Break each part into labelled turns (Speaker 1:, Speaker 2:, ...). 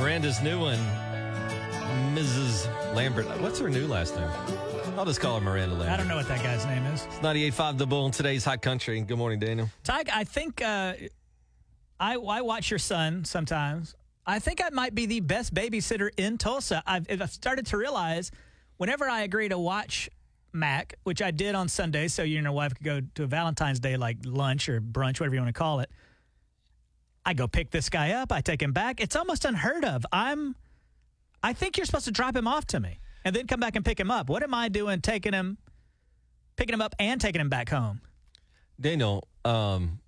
Speaker 1: Miranda's new one, Mrs. Lambert. What's her new last name? I'll just call her Miranda
Speaker 2: I
Speaker 1: Lambert.
Speaker 2: don't know what that guy's name is.
Speaker 1: It's 98.5 The Bull in today's hot country. Good morning, Daniel.
Speaker 2: Tyke, I think uh, I, I watch your son sometimes. I think I might be the best babysitter in Tulsa. I've, I've started to realize whenever I agree to watch Mac, which I did on Sunday, so you and your wife could go to a Valentine's Day like lunch or brunch, whatever you want to call it. I go pick this guy up. I take him back. It's almost unheard of. I'm, I think you're supposed to drop him off to me and then come back and pick him up. What am I doing taking him, picking him up and taking him back home?
Speaker 1: Daniel, um,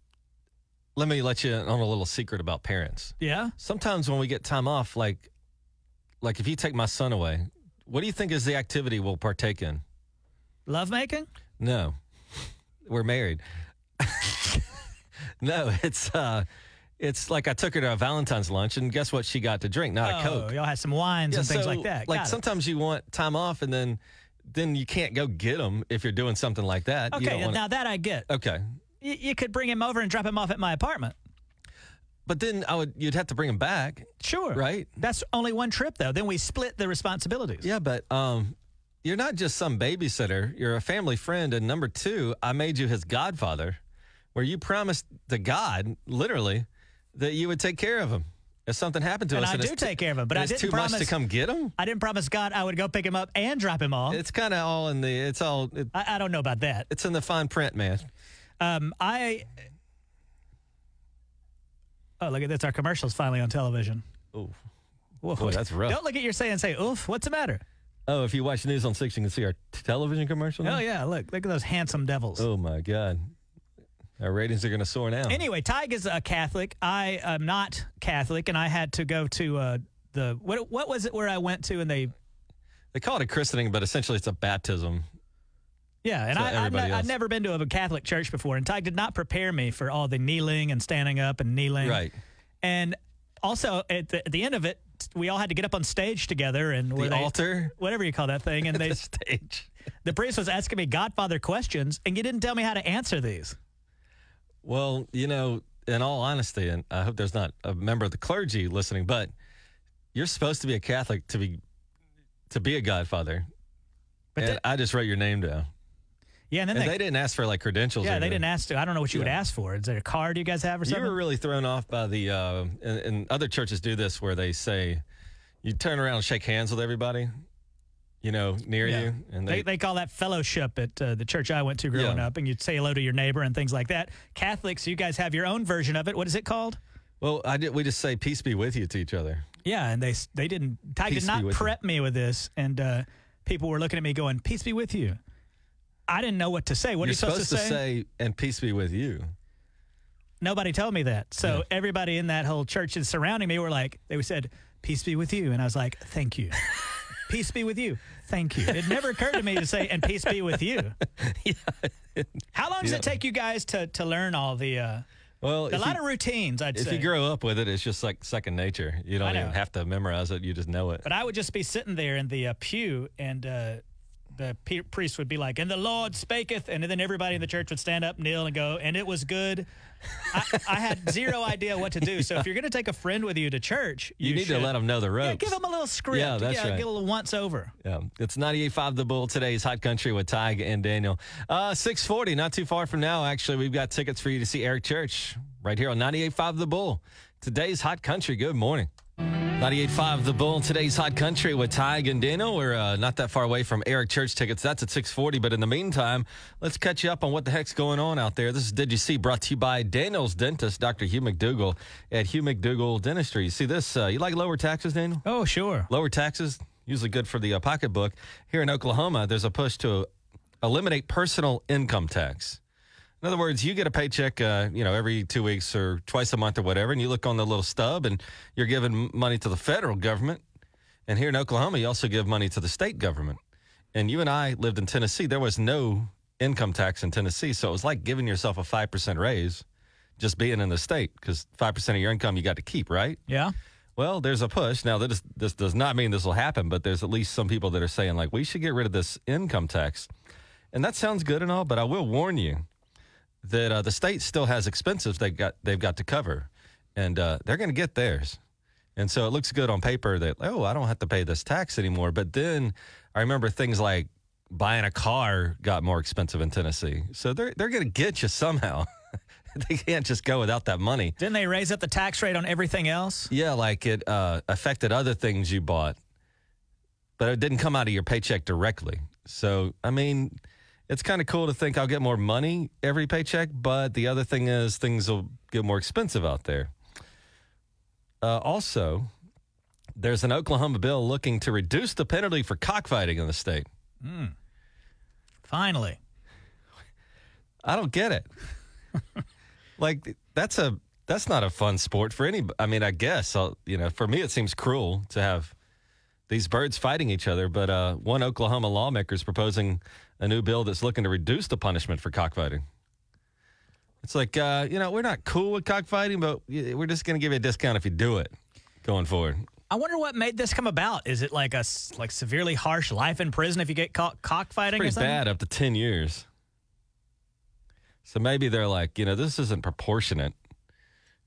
Speaker 1: let me let you in on a little secret about parents.
Speaker 2: Yeah.
Speaker 1: Sometimes when we get time off, like, like if you take my son away, what do you think is the activity we'll partake in?
Speaker 2: Love making?
Speaker 1: No, we're married. no, it's uh, it's like I took her to a Valentine's lunch, and guess what? She got to drink, not a
Speaker 2: Oh,
Speaker 1: Coke.
Speaker 2: y'all had some wines and things
Speaker 1: so,
Speaker 2: like that.
Speaker 1: Like
Speaker 2: Got it.
Speaker 1: sometimes you want time off, and then then you can't go get them if you're doing something like that. you
Speaker 2: okay,
Speaker 1: don't wanna-
Speaker 2: now that I get.
Speaker 1: okay.
Speaker 2: Y- you could bring him over and drop him off at my apartment.
Speaker 1: But then I would you'd have to bring them back.
Speaker 2: Sure.
Speaker 1: Right.
Speaker 2: That's only one trip though. Then we split the responsibilities.
Speaker 1: Yeah, but um, you're not just some babysitter. You're a family friend, and number two, I made you his godfather, where you promised to God, literally, that you would take care of him if something happened to
Speaker 2: And
Speaker 1: us.
Speaker 2: I
Speaker 1: it's
Speaker 2: do
Speaker 1: too-
Speaker 2: take care of him, but
Speaker 1: and
Speaker 2: I
Speaker 1: it's
Speaker 2: didn't
Speaker 1: too much to
Speaker 2: promise-
Speaker 1: come get him.
Speaker 2: I didn't promise God I would go pick him up and drop him off.
Speaker 1: It's kind of all in the. It's all. It,
Speaker 2: I, I don't know about that.
Speaker 1: it's in the fine print, man.
Speaker 2: Um, I. Oh, look at this. Our commercial's finally on television.
Speaker 1: Oh,
Speaker 2: Whoa.
Speaker 1: Boy, that's rough.
Speaker 2: Don't look at your say and say, oof, what's the matter?
Speaker 1: oh! If you watch news on six, you can see our t- television commercial. now?
Speaker 2: Oh, yeah, look. Look at those handsome devils.
Speaker 1: Oh my God, our ratings are going to soar now.
Speaker 2: Anyway, Tig is a Catholic. I am not Catholic, and I had to go to uh, the what? What was it where I went to? And they,
Speaker 1: they call it a christening, but essentially it's a baptism.
Speaker 2: yeah, and
Speaker 1: So
Speaker 2: I, I've,
Speaker 1: everybody
Speaker 2: ne- I've
Speaker 1: else.
Speaker 2: never been to a Catholic church before, and Tig did not prepare me for all the kneeling and standing up and kneeling,
Speaker 1: Right.
Speaker 2: And also at the, at the end of it, we all had to get up on stage together and
Speaker 1: The
Speaker 2: were they-
Speaker 1: altar,
Speaker 2: whatever you call that thing, and they
Speaker 1: the stage.
Speaker 2: the priest was asking me Godfather questions, and you didn't tell me how to answer these.
Speaker 1: Well, you know, in all honesty, and I hope there's not a member of the clergy listening, but you're supposed to be a Catholic to be to be a godfather.
Speaker 2: But
Speaker 1: and
Speaker 2: th-
Speaker 1: I just wrote your name down.
Speaker 2: yeah, and then
Speaker 1: And
Speaker 2: they,
Speaker 1: they didn't ask for like credentials.
Speaker 2: yeah
Speaker 1: or
Speaker 2: they
Speaker 1: anything.
Speaker 2: didn't ask to. I don't know what you would ask for. Is there a card you guys have or
Speaker 1: You
Speaker 2: something?
Speaker 1: were really thrown off by the, uh, and, and other churches do this where they say, you turn around and shake hands with everybody, you know, near
Speaker 2: Yeah.
Speaker 1: you. And
Speaker 2: They, they call that fellowship at uh, the church I went to growing
Speaker 1: Yeah.
Speaker 2: up, and you'd say hello to your neighbor and things like that. Catholics, you guys have your own version of it. What is it called?
Speaker 1: well, I did, we just say, peace be with you to each other.
Speaker 2: Yeah, and they they didn't. Ty
Speaker 1: Peace
Speaker 2: did
Speaker 1: be
Speaker 2: not
Speaker 1: with you.
Speaker 2: prep me with this, and uh, people were looking at me going, "Peace be with you." I didn't know what to say. What
Speaker 1: you're
Speaker 2: are you supposed, to, say?
Speaker 1: and peace be with you.
Speaker 2: Nobody told me that. So everybody in that whole church and surrounding me were like, they said, "Peace be with you," and I was like, "Thank you." Peace be with you. Thank you. It never occurred to me to say, and peace be with you. How long does it take you guys to, to learn all the uh,
Speaker 1: Well,
Speaker 2: a
Speaker 1: if
Speaker 2: lot
Speaker 1: you-
Speaker 2: of routines? I'd
Speaker 1: If
Speaker 2: say.
Speaker 1: you grow up with it, it's just like second nature. You don't
Speaker 2: know.
Speaker 1: even have to memorize it; you just know it.
Speaker 2: but I would just be sitting there in the uh, pew, and uh, the pe- priest would be like, "And the Lord spaketh," and then everybody in the church would stand up, kneel, and go, "And it was good." I, I had zero idea what to do. So if you're going to take a friend with you to church,
Speaker 1: You,
Speaker 2: you,
Speaker 1: need
Speaker 2: should-
Speaker 1: to let them know the ropes.
Speaker 2: Yeah, give them a little script.
Speaker 1: Yeah, that's right.
Speaker 2: Give a little once over.
Speaker 1: Yeah. It's 98.5 The Bull today's Hot Country with Tig and Daniel. Uh, 640, not too far from now, actually. We've got tickets for you to see Eric Church right here on 98.5 The Bull. Today's Hot Country. Good morning. 98.5 The Bull, today's Hot Country with Tig and Daniel. We're uh, not that far away from Eric Church tickets. That's at 640. But in the meantime, let's catch you up on what the heck's going on out there. This is Did You See? brought to you by Daniel's dentist, Dr. Hugh McDougall at Hugh McDougall Dentistry. You see this? Uh, you like lower taxes, Daniel?
Speaker 2: Oh, sure.
Speaker 1: lower taxes usually good for the uh, pocketbook here in oklahoma there's a push to eliminate personal income tax in other words you get a paycheck uh, you know every two weeks or twice a month or whatever and you look on the little stub and you're giving m- money to the federal government and here in oklahoma you also give money to the state government and you and i lived in tennessee there was no income tax in tennessee so it was like giving yourself a 5% raise just being in the state because 5% of your income you got to keep right
Speaker 2: Yeah.
Speaker 1: well, there's a push. Now, this, this does not mean this will happen, but there's at least some people that are saying, like, we should get rid of this income tax. And that sounds good and all, but I will warn you that uh, the state still has expenses they got, they've got to cover, and uh, they're going to get theirs. And so it looks good on paper that, oh, I don't have to pay this tax anymore. But then I remember things like buying a car got more expensive in Tennessee. So they're, they're going to get you somehow. they can't just go without that money.
Speaker 2: Didn't they raise up the tax rate on everything else?
Speaker 1: Yeah, like it uh, affected other things you bought, but it didn't come out of your paycheck directly. So, I mean, it's kind of cool to think I'll get more money every paycheck, but the other thing is things will get more expensive out there. Uh, also, there's an Oklahoma bill looking to reduce the penalty for cockfighting in the state.
Speaker 2: Finally.
Speaker 1: I don't get it. like that's a that's not a fun sport for any. I mean, I guess I'll, you know for me it seems cruel to have these birds fighting each other. But uh, one Oklahoma lawmaker is proposing a new bill that's looking to reduce the punishment for cockfighting. It's like uh, you know we're not cool with cockfighting, but y- we're just going to give you a discount if you do it going forward.
Speaker 2: I wonder what made this come about. Is it like a s- like severely harsh life in prison if you get caught cockfighting or
Speaker 1: Pretty
Speaker 2: something?
Speaker 1: bad up to ten years. So maybe they're like, you know, this isn't proportionate.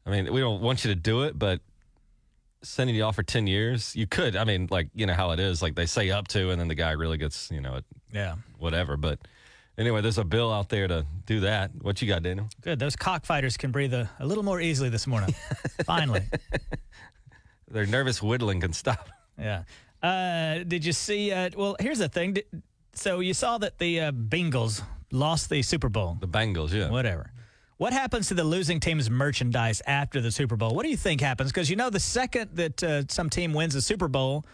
Speaker 1: I mean, we don't want you to do it, but sending you off for ten years, you could. I mean, like you know how it is. Like they say up to, and then the guy really gets, you know,
Speaker 2: Yeah.
Speaker 1: whatever. But anyway, there's a bill out there to do that. What you got, Daniel?
Speaker 2: Good. Those cockfighters can breathe a, a little more easily this morning. Finally.
Speaker 1: Their nervous whittling can stop.
Speaker 2: Yeah. Uh, did you see? Uh, well, here's the thing. Did, so you saw that the uh, Bengals lost the Super Bowl.
Speaker 1: The Bengals, yeah.
Speaker 2: Whatever. What happens to the losing team's merchandise after the Super Bowl? What do you think happens? Because you know, the second that uh, some team wins the Super Bowl,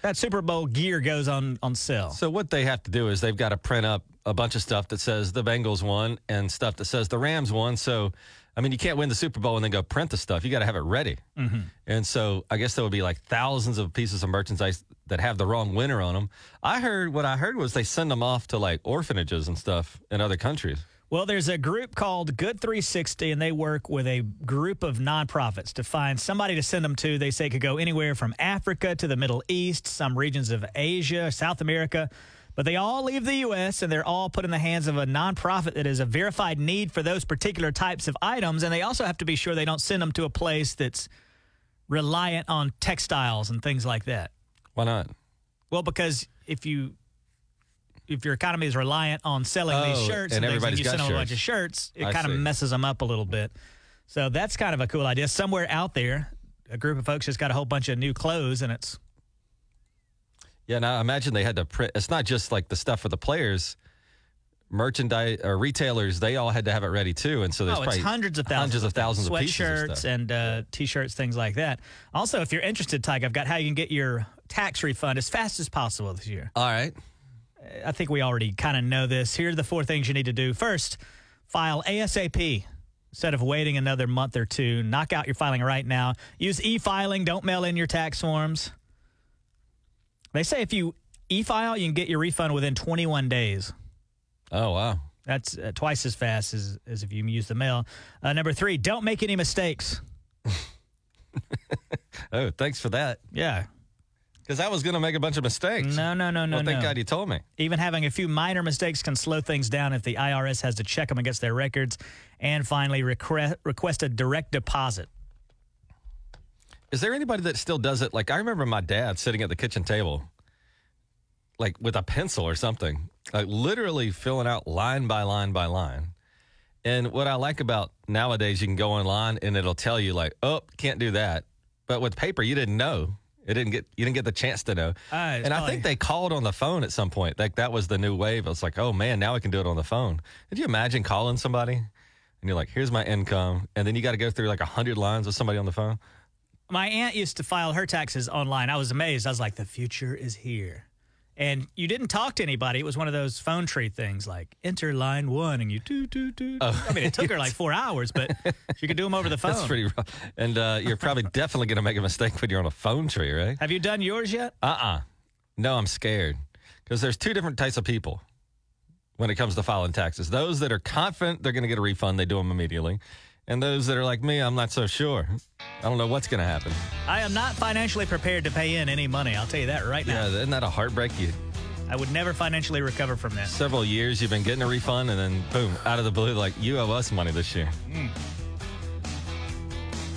Speaker 2: that Super Bowl gear goes on on sale.
Speaker 1: So what they have to do is they've got to print up a bunch of stuff that says the Bengals won and stuff that says the Rams won. So, I mean, you can't win the Super Bowl and then go print the stuff. You got to have it ready.
Speaker 2: Mm-hmm.
Speaker 1: And so, I guess there would be like thousands of pieces of merchandise that have the wrong winner on them. I heard what I heard was they send them off to like orphanages and stuff in other countries.
Speaker 2: Well, there's a group called Good 360, and they work with a group of nonprofits to find somebody to send them to. They say it could go anywhere from Africa to the Middle East, some regions of Asia, South America. But they all leave the U.S., and they're all put in the hands of a nonprofit that is a verified need for those particular types of items. And they also have to be sure they don't send them to a place that's reliant on textiles and things like that.
Speaker 1: Why not?
Speaker 2: Well, because if you if your economy is reliant on selling
Speaker 1: Oh,
Speaker 2: these shirts
Speaker 1: and
Speaker 2: and, things, and
Speaker 1: everybody's
Speaker 2: you
Speaker 1: got
Speaker 2: send them a bunch
Speaker 1: shirts.
Speaker 2: of shirts, it
Speaker 1: I
Speaker 2: kind
Speaker 1: see.
Speaker 2: of messes them up a little bit. So that's kind of a cool idea. Somewhere out there, a group of folks just got a whole bunch of new clothes, and it's
Speaker 1: Yeah, now I imagine they had to print. It's not just like the stuff for the players. Merchandise or retailers, they all had to have it ready too, and so there's
Speaker 2: oh, it's
Speaker 1: probably
Speaker 2: hundreds of thousands,
Speaker 1: hundreds of thousands of pieces of
Speaker 2: sweatshirts
Speaker 1: stuff.
Speaker 2: and uh, t-shirts, things like that. Also, if you're interested, Tyke, I've got how you can get your tax refund as fast as possible this year.
Speaker 1: All right.
Speaker 2: I think we already kind of know this. Here are the four things you need to do. First, file ASAP instead of waiting another month or two. Knock out your filing right now. Use e filing. Don't mail in your tax forms. They say if you e file, you can get your refund within 21 days.
Speaker 1: Oh wow.
Speaker 2: That's uh, twice as fast as, as if you use the mail. Uh, number three, don't make any mistakes.
Speaker 1: Oh, thanks for that.
Speaker 2: Yeah.
Speaker 1: Because I was going to make a bunch of mistakes.
Speaker 2: No, no, no, no,
Speaker 1: well, thank
Speaker 2: no.
Speaker 1: God you told me.
Speaker 2: Even having a few minor mistakes can slow things down if the IRS has to check them against their records. And finally, request, request a direct deposit.
Speaker 1: Is there anybody that still does it? Like, I remember my dad sitting at the kitchen table, like with a pencil or something, like literally filling out line by line by line. And what I like about nowadays, you can go online and it'll tell you, like, oh, can't do that. But with paper, you didn't know. It didn't get you didn't get the chance to know.
Speaker 2: Ah, it's
Speaker 1: and I
Speaker 2: probably-
Speaker 1: think they called on the phone at some point. Like that was the new wave. I was like, oh man, now I can do it on the phone. Could you imagine calling somebody and you're like, here's my income, and then you got to go through like hundred lines with somebody on the phone?
Speaker 2: My aunt used to file her taxes online. I was amazed. I was like, the future is here. And you didn't talk to anybody. It was one of those phone tree things like enter line one and you do, do, do. I mean, it took her like four hours, but she could do them over the phone.
Speaker 1: Oh. That's pretty rough. And uh, you're probably definitely going to make a mistake when you're on a phone tree, right?
Speaker 2: Have you done yours yet?
Speaker 1: Uh uh No, I'm scared because there's two different types of people when it comes to filing taxes. Those that are confident they're going to get a refund, they do them immediately. And those that are like me, I'm not so sure. I don't know what's going to happen.
Speaker 2: I am not financially prepared to pay in any money. I'll tell you that right
Speaker 1: Yeah,
Speaker 2: now.
Speaker 1: isn't that a heartbreak? You
Speaker 2: I would never financially recover from that.
Speaker 1: several years you've been getting a refund, and then boom, out of the blue, like you owe us money this year.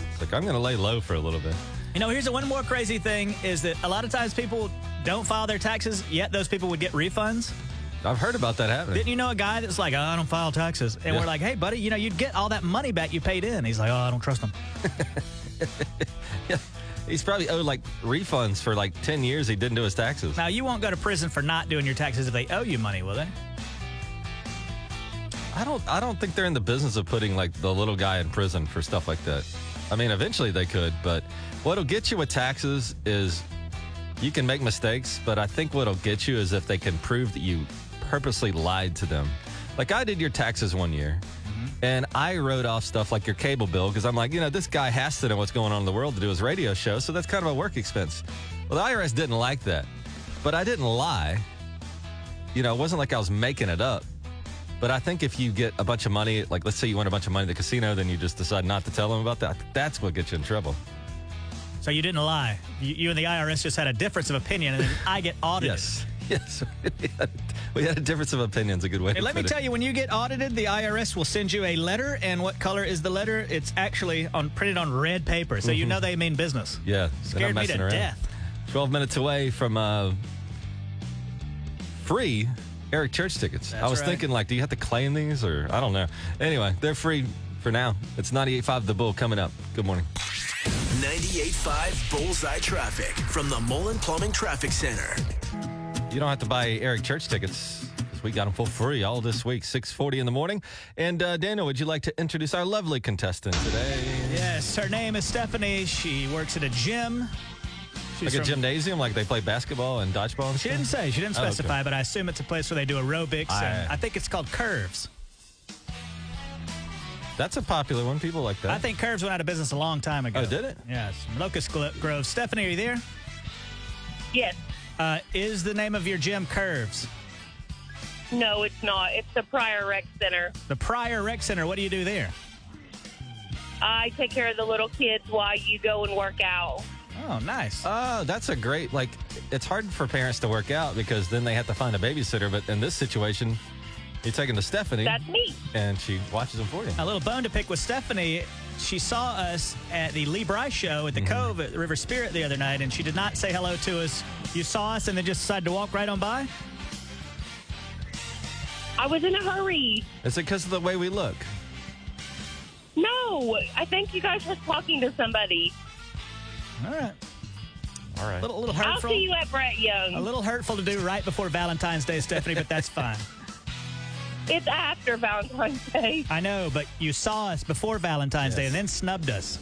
Speaker 1: It's like I'm going to lay low for a little bit.
Speaker 2: You know, here's the one more crazy thing is that a lot of times people don't file their taxes, yet those people would get refunds.
Speaker 1: I've heard about that happening.
Speaker 2: Didn't you know a guy that's like, oh, I don't file taxes? And
Speaker 1: Yeah.
Speaker 2: we're like, hey, buddy, you know, you'd get all that money back you paid in. He's like, oh, I don't trust him.
Speaker 1: He's probably owed like refunds for like 10 years he didn't do his taxes.
Speaker 2: Now, you won't go to prison for not doing your taxes if they owe you money, will they?
Speaker 1: I don't I don't think they're in the business of putting like the little guy in prison for stuff like that. I mean, eventually they could, but what'll get you with taxes is you can make mistakes, but I think what'll get you is if they can prove that you purposely lied to them. Like I did your taxes one year. And I wrote off stuff like your cable bill because I'm like, you know, this guy has to know what's going on in the world to do his radio show, so that's kind of a work expense. Well, the IRS didn't like that, but I didn't lie. You know, it wasn't like I was making it up. But I think if you get a bunch of money, like let's say you win a bunch of money at the casino, then you just decide not to tell them about that. I think That's what gets you in trouble.
Speaker 2: So you didn't lie. You, you and the IRS just had a difference of opinion, and then I get audited.
Speaker 1: Yes. Yes. We had- we had a difference of opinions, a good way
Speaker 2: And
Speaker 1: to
Speaker 2: let me
Speaker 1: put it.
Speaker 2: tell you, when you get audited, the IRS will send you a letter. And what color is the letter? It's actually on printed on red paper, so you
Speaker 1: Mm-hmm.
Speaker 2: know they mean business.
Speaker 1: Yeah. they're not
Speaker 2: Scared me
Speaker 1: messing
Speaker 2: to
Speaker 1: around.
Speaker 2: death.
Speaker 1: 12 minutes away from uh, free Eric Church tickets. I
Speaker 2: That's
Speaker 1: was
Speaker 2: right.
Speaker 1: thinking, like, do you have to claim these or I don't know. Anyway, they're free for now. It's 98.5 The Bull coming up. Good morning.
Speaker 3: 98.5 Bullseye Traffic from the Mullen Plumbing Traffic Center.
Speaker 1: You don't have to buy Eric Church tickets 'cause we got them for free all this week, 640 in the morning. And uh, Daniel, would you like to introduce our lovely contestant today?
Speaker 2: Yes, her name is Stephanie. She works at a gym.
Speaker 1: Like
Speaker 2: She's
Speaker 1: a
Speaker 2: from-
Speaker 1: gymnasium, like they play basketball and dodgeball and
Speaker 2: She
Speaker 1: shit?
Speaker 2: didn't say. She didn't
Speaker 1: Oh, okay.
Speaker 2: specify, but I assume it's a place where they do aerobics.
Speaker 1: Aye.
Speaker 2: and I think it's called Curves.
Speaker 1: That's a popular one. People like that.
Speaker 2: I think Curves went out of business a long time ago.
Speaker 1: Oh, did it?
Speaker 2: Yes. Locust Glo- Grove. Stephanie, are you there?
Speaker 4: Yes.
Speaker 2: Uh, is the name of your gym Curves?
Speaker 4: No, it's not. It's the Prior Rec Center.
Speaker 2: The Prior Rec Center. What do you do there?
Speaker 4: I take care of the little kids while you go and work out.
Speaker 2: Oh, nice.
Speaker 1: Oh, that's a great like. It's hard for parents to work out because then they have to find a babysitter. But in this situation, you take them to Stephanie,
Speaker 4: That's me.
Speaker 1: and she watches them for you.
Speaker 2: a little bone to pick with Stephanie. She saw us at the Lee Bryce show at the
Speaker 1: Mm-hmm.
Speaker 2: Cove at River Spirit the other night, and she did not say hello to us. You saw us and then just decided to walk right on by?
Speaker 4: I was in a hurry.
Speaker 1: Is it because of the way we look?
Speaker 4: No, I think you guys were talking to somebody.
Speaker 2: All right.
Speaker 1: All right.
Speaker 2: A little, little
Speaker 4: I'll
Speaker 2: hurtful.
Speaker 4: see you at Brett Young.
Speaker 2: A little hurtful to do right before Valentine's Day, Stephanie, but that's fine.
Speaker 4: it's after Valentine's Day.
Speaker 2: I know, but you saw us before Valentine's Day
Speaker 1: Yes.
Speaker 2: and then snubbed us.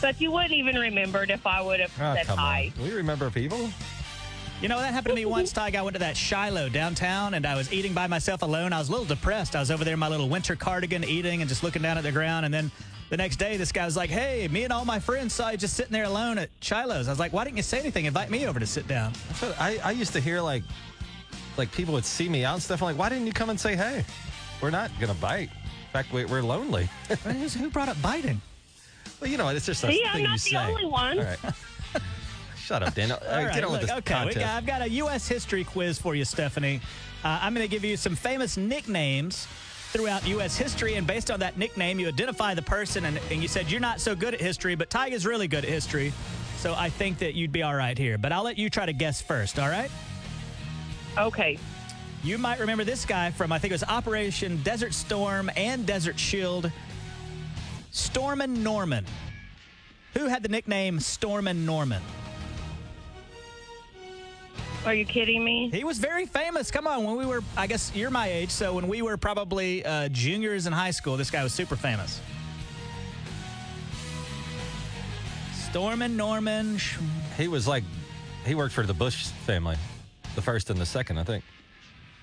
Speaker 4: But you wouldn't even remembered if I would have
Speaker 1: Oh,
Speaker 4: said
Speaker 1: come
Speaker 4: hi.
Speaker 1: on. We remember people.
Speaker 2: You know, that happened to me once, Ty. I went to that Shiloh downtown and I was eating by myself alone. I was a little depressed. I was over there in my little winter cardigan eating and just looking down at the ground. And then the next day, this guy was like, Hey, me and all my friends saw you just sitting there alone at Shiloh's. I was like, Why didn't you say anything? Invite me over to sit down.
Speaker 1: So I, I used to hear like like people would see me out and stuff. I'm like, why didn't you come and say hey? We're not gonna bite. In fact, we, we're lonely.
Speaker 2: Who brought up biting?
Speaker 1: well, you know, it's just a
Speaker 4: See,
Speaker 1: thing
Speaker 4: I'm
Speaker 1: you
Speaker 4: not the
Speaker 1: say.
Speaker 4: only one.
Speaker 1: All right. Shut up, Daniel. All
Speaker 2: All
Speaker 1: right,
Speaker 2: right,
Speaker 1: get on
Speaker 2: look,
Speaker 1: with this
Speaker 2: okay, we
Speaker 1: contest.
Speaker 2: got, I've got a U.S. history quiz for you, Stephanie. Uh, I'm going to give you some famous nicknames throughout U.S. history, and based on that nickname, you identify the person, and, and you said you're not so good at history, but Ty is really good at history, so I think that you'd be all right here. But I'll let you try to guess first, all right?
Speaker 4: Okay.
Speaker 2: You might remember this guy from, I think it was Operation Desert Storm and Desert Shield, Stormin' Norman. Who had the nickname Stormin' Norman?
Speaker 4: Are you kidding me?
Speaker 2: He was very famous. Come on, when we were, I guess you're my age, so when we were probably uh, juniors in high school, this guy was super famous. Stormin' Norman. Sh-
Speaker 1: He was like, he worked for the Bush family, the first and the second, I think,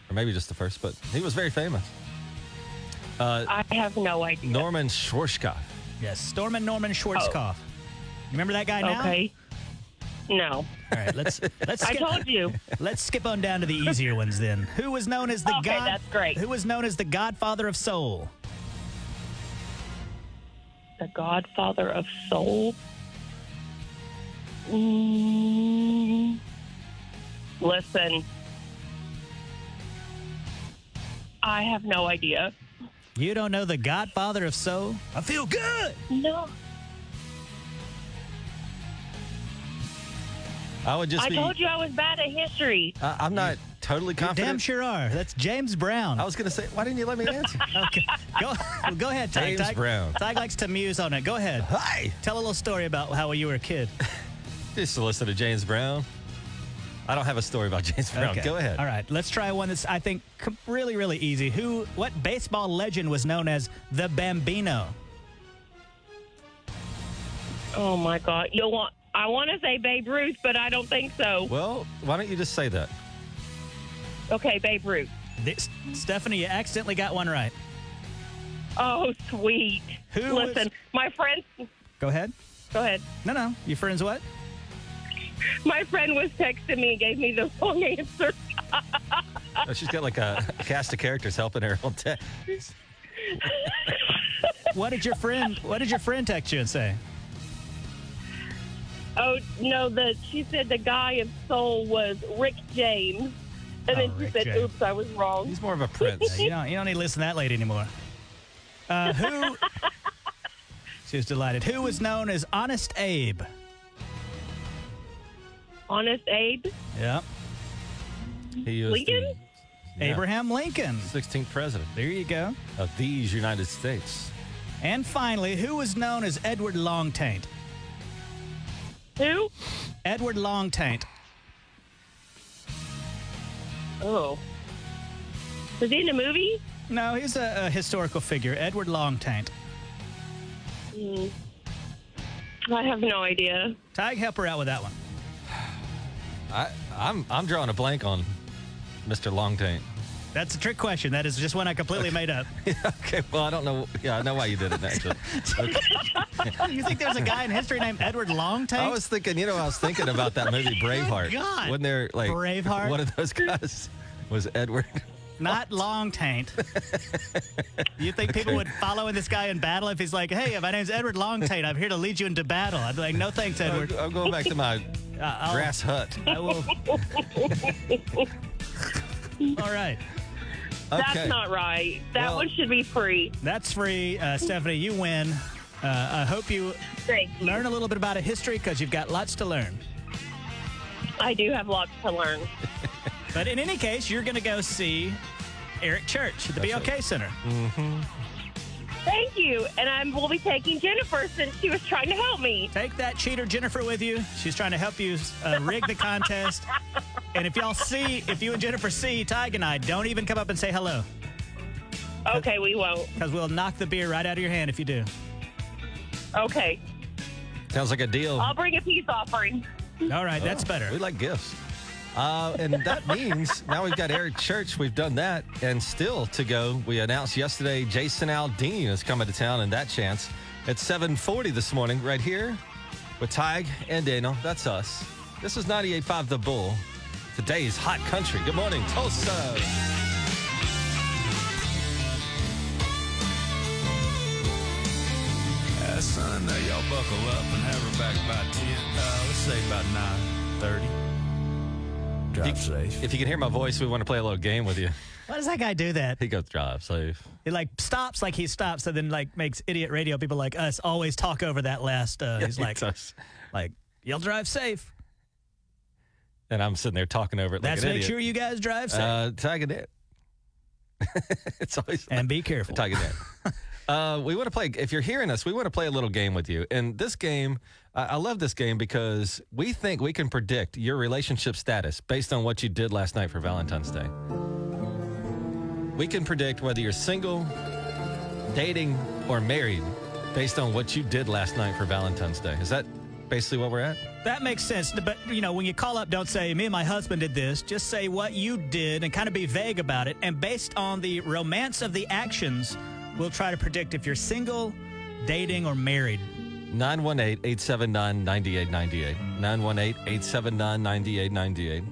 Speaker 1: or maybe just the first. But he was very famous.
Speaker 4: I have no idea.
Speaker 1: Norman Schwarzkopf.
Speaker 2: Yes, Stormin' Norman Schwarzkopf. You remember that guy now?
Speaker 4: Oh. Okay. No.
Speaker 2: All right, let's let's
Speaker 4: I
Speaker 2: skip,
Speaker 4: told you.
Speaker 2: let's skip on down to the easier ones then. Who was known as the
Speaker 4: Okay,
Speaker 2: god?
Speaker 4: that's great.
Speaker 2: Who was known as the Godfather of Soul?
Speaker 4: The Godfather of Soul. Mm. Listen, I have no idea.
Speaker 2: You don't know the Godfather of Soul? I feel good.
Speaker 4: No,
Speaker 1: I would just
Speaker 4: I
Speaker 1: be.
Speaker 4: told you I was bad at history.
Speaker 1: I- I'm not totally confident.
Speaker 2: Damn sure are. That's James Brown.
Speaker 1: I was going to say, why didn't you let me answer?
Speaker 2: Okay. Go, well, go ahead, Tyke.
Speaker 1: James
Speaker 2: Tyke-
Speaker 1: Brown.
Speaker 2: Tyke likes to muse on it. Go ahead.
Speaker 1: Hi.
Speaker 2: Tell a little story about how you were a kid.
Speaker 1: Just to listen to James Brown. I don't have a story about James Brown.
Speaker 2: Okay.
Speaker 1: Go ahead.
Speaker 2: All right, let's try one that's I think com- really, really easy. Who? What baseball legend was known as the Bambino?
Speaker 4: Oh my God! You want? I want to say Babe Ruth, but I don't think so.
Speaker 1: Well, why don't you just say that?
Speaker 4: Okay, Babe Ruth.
Speaker 2: This, Stephanie, you accidentally got one right.
Speaker 4: Oh, sweet.
Speaker 2: Who was-
Speaker 4: Listen, my friend.
Speaker 2: Go ahead.
Speaker 4: Go ahead.
Speaker 2: No, no. Your friends what?
Speaker 4: My friend was texting me and gave me the wrong answer.
Speaker 1: Oh, she's got like a cast of characters helping her on tech.
Speaker 2: What did your friend? What did your friend text you and say?
Speaker 4: Oh no, the she said the guy of soul was Rick James, and then
Speaker 2: Oh,
Speaker 4: she
Speaker 2: Rick
Speaker 4: said,
Speaker 2: James.
Speaker 4: "Oops, I was wrong."
Speaker 1: He's more of a prince.
Speaker 2: You don't. You don't need to listen to that lady anymore. Uh, who? she was delighted. Who was known as Honest Abe?
Speaker 4: Honest Abe.
Speaker 2: Yep.
Speaker 1: He was the
Speaker 4: Lincoln?
Speaker 2: Abraham Lincoln.
Speaker 1: 16th president
Speaker 2: There you go.
Speaker 1: of these United States.
Speaker 2: And finally, who was known as Edward Longtaint?
Speaker 4: Who?
Speaker 2: Edward Longtaint.
Speaker 4: Oh, was he in the movie?
Speaker 2: No, he's a, a historical figure. Edward Longtaint.
Speaker 4: I have no idea.
Speaker 2: Tig, help her out with that one.
Speaker 1: I, I'm I'm drawing a blank on Mr. Longtaint.
Speaker 2: That's a trick question. That is just one I completely made up.
Speaker 1: Okay, well I don't know. Yeah, I know why you did it. Actually, Okay.
Speaker 2: Oh, you think there's a guy in history named Edward Longtaint?
Speaker 1: I was thinking. You know, I was thinking about that movie Braveheart.
Speaker 2: God.
Speaker 1: Wasn't there like
Speaker 2: Braveheart?
Speaker 1: One of those guys was Edward.
Speaker 2: Not Longtaint. you think people would follow this guy in battle if he's like, hey, my name's Edward Longtaint. I'm here to lead you into battle. I'd be like, no thanks, Edward. Uh, Oh.
Speaker 1: I'm going back to my
Speaker 2: I'll-
Speaker 1: grass hut.
Speaker 2: I will. All right.
Speaker 1: Okay.
Speaker 4: That's not right. That
Speaker 1: Well-
Speaker 4: one should be free.
Speaker 2: That's free. Uh, Stephanie, you win. Uh, I hope you
Speaker 4: Thank you.
Speaker 2: learn a little bit about a history because you've got lots to learn.
Speaker 4: I do have lots to learn.
Speaker 2: But in any case, you're going to go see Eric Church at the
Speaker 1: That's Mm-hmm.
Speaker 2: BOK Center.
Speaker 4: Thank you, and I will be taking Jennifer since she was trying to help me.
Speaker 2: Take that cheater Jennifer with you. She's trying to help you uh, rig the contest. and if y'all see, if you and Jennifer see Tig and I, don't even come up and say hello
Speaker 4: Okay, we won't.
Speaker 2: because we'll knock the beer right out of your hand if you do.
Speaker 4: Okay,
Speaker 1: Sounds like a deal.
Speaker 4: I'll bring a peace offering.
Speaker 2: All right, that's better.
Speaker 1: Oh, We like gifts. Uh, and that means now we've got Eric Church. We've done that. And still to go, we announced yesterday Jason Aldean is coming to town in that chance at 740 this morning right here with Tig and Daniel. That's us. This is 98.5 The Bull. Today's hot country. Good morning, Tulsa.
Speaker 5: Uh, Sunday, y'all buckle up and have her back by 10. Uh, let's say by 9.30. Drive safe.
Speaker 1: If you can hear my voice, we want to play a little game with you.
Speaker 2: Why does that guy do that?
Speaker 1: He goes drive safe.
Speaker 2: He like stops like he stops and then like makes idiot radio people like us always talk over that last. Uh, he's like,
Speaker 1: It's us.
Speaker 2: like y'all drive safe.
Speaker 1: and I'm sitting there talking over it.
Speaker 2: That's
Speaker 1: like an
Speaker 2: make
Speaker 1: idiot.
Speaker 2: sure you guys drive safe
Speaker 1: Uh, Tig it. it's always
Speaker 2: and be careful.
Speaker 1: Tiger Net. Uh, we want to play. If you're hearing us, we want to play a little game with you. And this game, I I love this game because we think we can predict your relationship status based on what you did last night for Valentine's Day. We can predict whether you're single, dating, or married based on what you did last night for Valentine's Day. Is that basically what we're at?
Speaker 2: That makes sense. But, you know, when you call up, don't say, me and my husband did this. Just say what you did and kind of be vague about it. And based on the romance of the actions, we'll try to predict if you're single, dating, or married.
Speaker 1: 918 879 9898. 918 879 9898.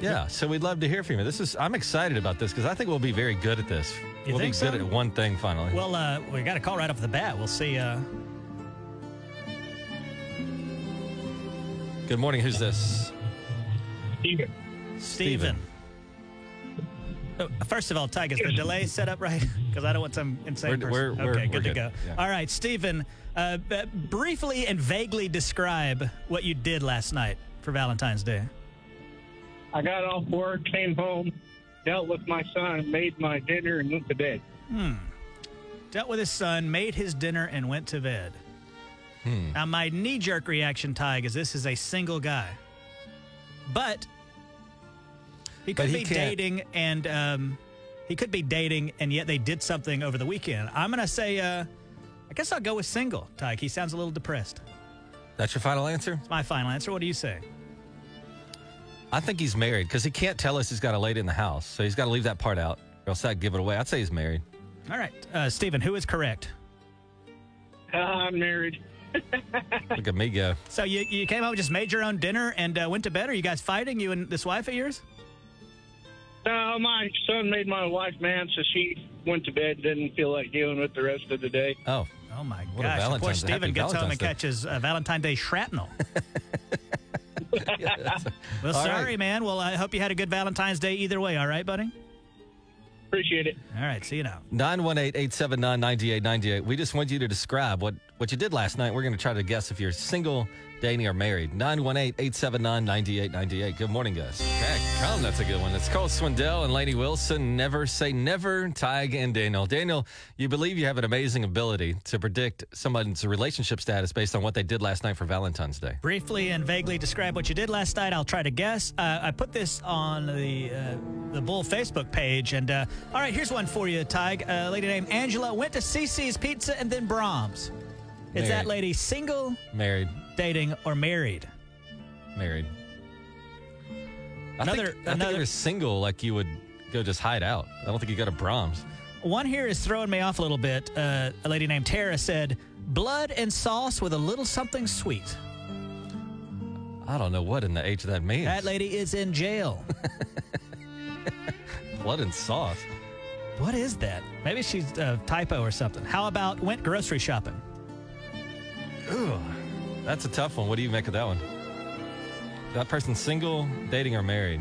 Speaker 1: Yeah, so we'd love to hear from you. This is I'm excited about this because I think we'll be very good at this.
Speaker 2: You
Speaker 1: we'll
Speaker 2: think
Speaker 1: be
Speaker 2: so?
Speaker 1: good at one thing finally.
Speaker 2: Well, uh, we got a call right off the bat. We'll see. Uh,
Speaker 1: good morning. Who's this?
Speaker 2: Steven. Uh, First of all, Tig, is the delay set up right? Because I don't want some insane
Speaker 1: We're-
Speaker 2: person.
Speaker 1: we're- we're-
Speaker 2: okay,
Speaker 1: we're
Speaker 2: good, to
Speaker 1: good.
Speaker 2: go.
Speaker 1: Yeah.
Speaker 2: All right, Stephen, uh, b- briefly and vaguely describe what you did last night. for Valentine's Day?
Speaker 6: I got off work, came home, dealt with my son, made my dinner, and went to bed.
Speaker 2: Dealt with his son, made his dinner, and went to bed.
Speaker 1: Hmm.
Speaker 2: Now, my knee jerk reaction, Tig, is this is a single guy. But he could
Speaker 1: But he
Speaker 2: be
Speaker 1: can't-
Speaker 2: dating and um, he could be dating, and yet they did something over the weekend. I'm going to say, uh, I guess I'll go with single, Tig. He sounds a little depressed.
Speaker 1: That's your final answer?
Speaker 2: It's my final answer. What do you say?
Speaker 1: I think he's married because he can't tell us he's got a lady in the house. So he's got to leave that part out or else I'd give it away. I'd say he's married.
Speaker 2: All right, uh, Stephen, who is correct?
Speaker 6: Uh, I'm married.
Speaker 1: Look at me go.
Speaker 2: So you, you came home, just made your own dinner, and uh, went to bed. Are you guys fighting, you and this wife of yours?
Speaker 6: No, my son made my wife mad, so she went to bed. Didn't feel like dealing with the rest of the day.
Speaker 1: Oh,
Speaker 2: Oh my
Speaker 1: What a
Speaker 2: gosh! Of course,
Speaker 1: Valentine's- happy
Speaker 2: Stephen gets home
Speaker 1: Valentine's
Speaker 2: and
Speaker 1: Day.
Speaker 2: catches uh, Valentine's Day shrapnel. well,
Speaker 1: All right.
Speaker 2: sorry, man. Well, I hope you had a good Valentine's Day either way. All right, buddy.
Speaker 6: Appreciate it.
Speaker 2: All right, see you now.
Speaker 1: 918 879 9898. We just want you to describe what, what you did last night. We're going to try to guess if you're single, dating, or married. 918 879 9898. Good morning, guys. Okay, come. That's a good one. It's Cole Swindell and Lady Wilson. Never say never. Tig and Daniel. Daniel, you believe you have an amazing ability to predict someone's relationship status based on what they did last night for Valentine's Day.
Speaker 2: Briefly and vaguely describe what you did last night. I'll try to guess. Uh, I put this on the uh, the Bull Facebook page, and uh, all right, here's one for you, Tig. Uh, A lady named Angela went to CC's Pizza and then Brahms. Is
Speaker 1: Married.
Speaker 2: that lady single,
Speaker 1: Married.
Speaker 2: dating, or married?
Speaker 1: Married. I
Speaker 2: Another-
Speaker 1: think, I think if
Speaker 2: another-
Speaker 1: you're single, like you would go just hide out. I don't think you go to Brahms.
Speaker 2: One here is throwing me off a little bit. Uh, a lady named Tara said, "Blood and sauce with a little something sweet."
Speaker 1: I don't know what in the age that means.
Speaker 2: That lady is in jail.
Speaker 1: Blood and sauce.
Speaker 2: what is that? Maybe she's a typo or something. How about went grocery shopping?
Speaker 1: That's a tough one. What do you make of that one? That person single, dating, or married?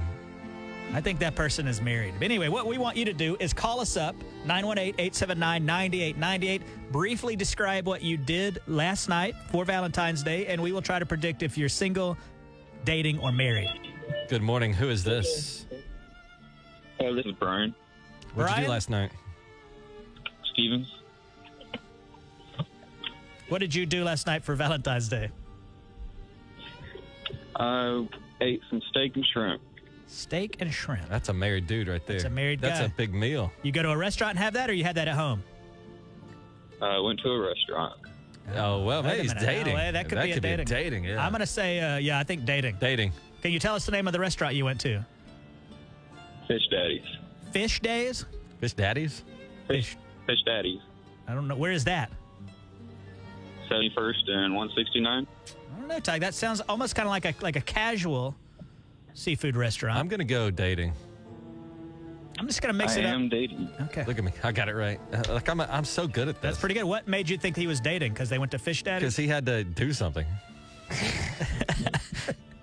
Speaker 2: I think that person is married. But anyway, what we want you to do is call us up 918-879-9898. Briefly describe what you did last night for Valentine's Day, and we will try to predict if you're single, dating, or married.
Speaker 1: Good morning. Who is this?
Speaker 7: Hey, this is Brian
Speaker 1: What did you
Speaker 2: Brian?
Speaker 1: do last night?
Speaker 7: Stevens.
Speaker 2: What did you do last night for Valentine's Day?
Speaker 7: I ate some steak and shrimp.
Speaker 2: Steak and shrimp.
Speaker 1: That's a married dude right there.
Speaker 2: a married
Speaker 1: That's
Speaker 2: guy.
Speaker 1: a big meal.
Speaker 2: You go to a restaurant and have that, or you had that at home?
Speaker 7: Uh, I went to a restaurant.
Speaker 1: Oh well,
Speaker 2: Wait a
Speaker 1: maybe he's
Speaker 2: minute. No,
Speaker 1: dating.
Speaker 2: eh, that could be a dating.
Speaker 1: dating. Yeah.
Speaker 2: I'm going to say, uh, yeah, I think dating.
Speaker 1: dating.
Speaker 2: Can you tell us the name of the restaurant you went to?
Speaker 7: Fish daddies.
Speaker 2: Fish Days?
Speaker 1: Fish daddies.
Speaker 2: Fish.
Speaker 7: Fish daddies.
Speaker 2: I don't know. Where is that?
Speaker 7: 71st and 169.
Speaker 2: I don't know, Ty. That sounds almost kind of like a like a casual seafood restaurant.
Speaker 1: I'm
Speaker 2: I'm,
Speaker 1: gonna go dating.
Speaker 2: just going to mix
Speaker 7: I
Speaker 2: it
Speaker 7: am dating.
Speaker 2: up. Okay.
Speaker 1: Look at me. I got it right. Uh, Like I'm, I'm so good at this.
Speaker 2: That's pretty good. What made you think he was dating? Because they went to Fish Daddy's?
Speaker 1: Because he had to do something.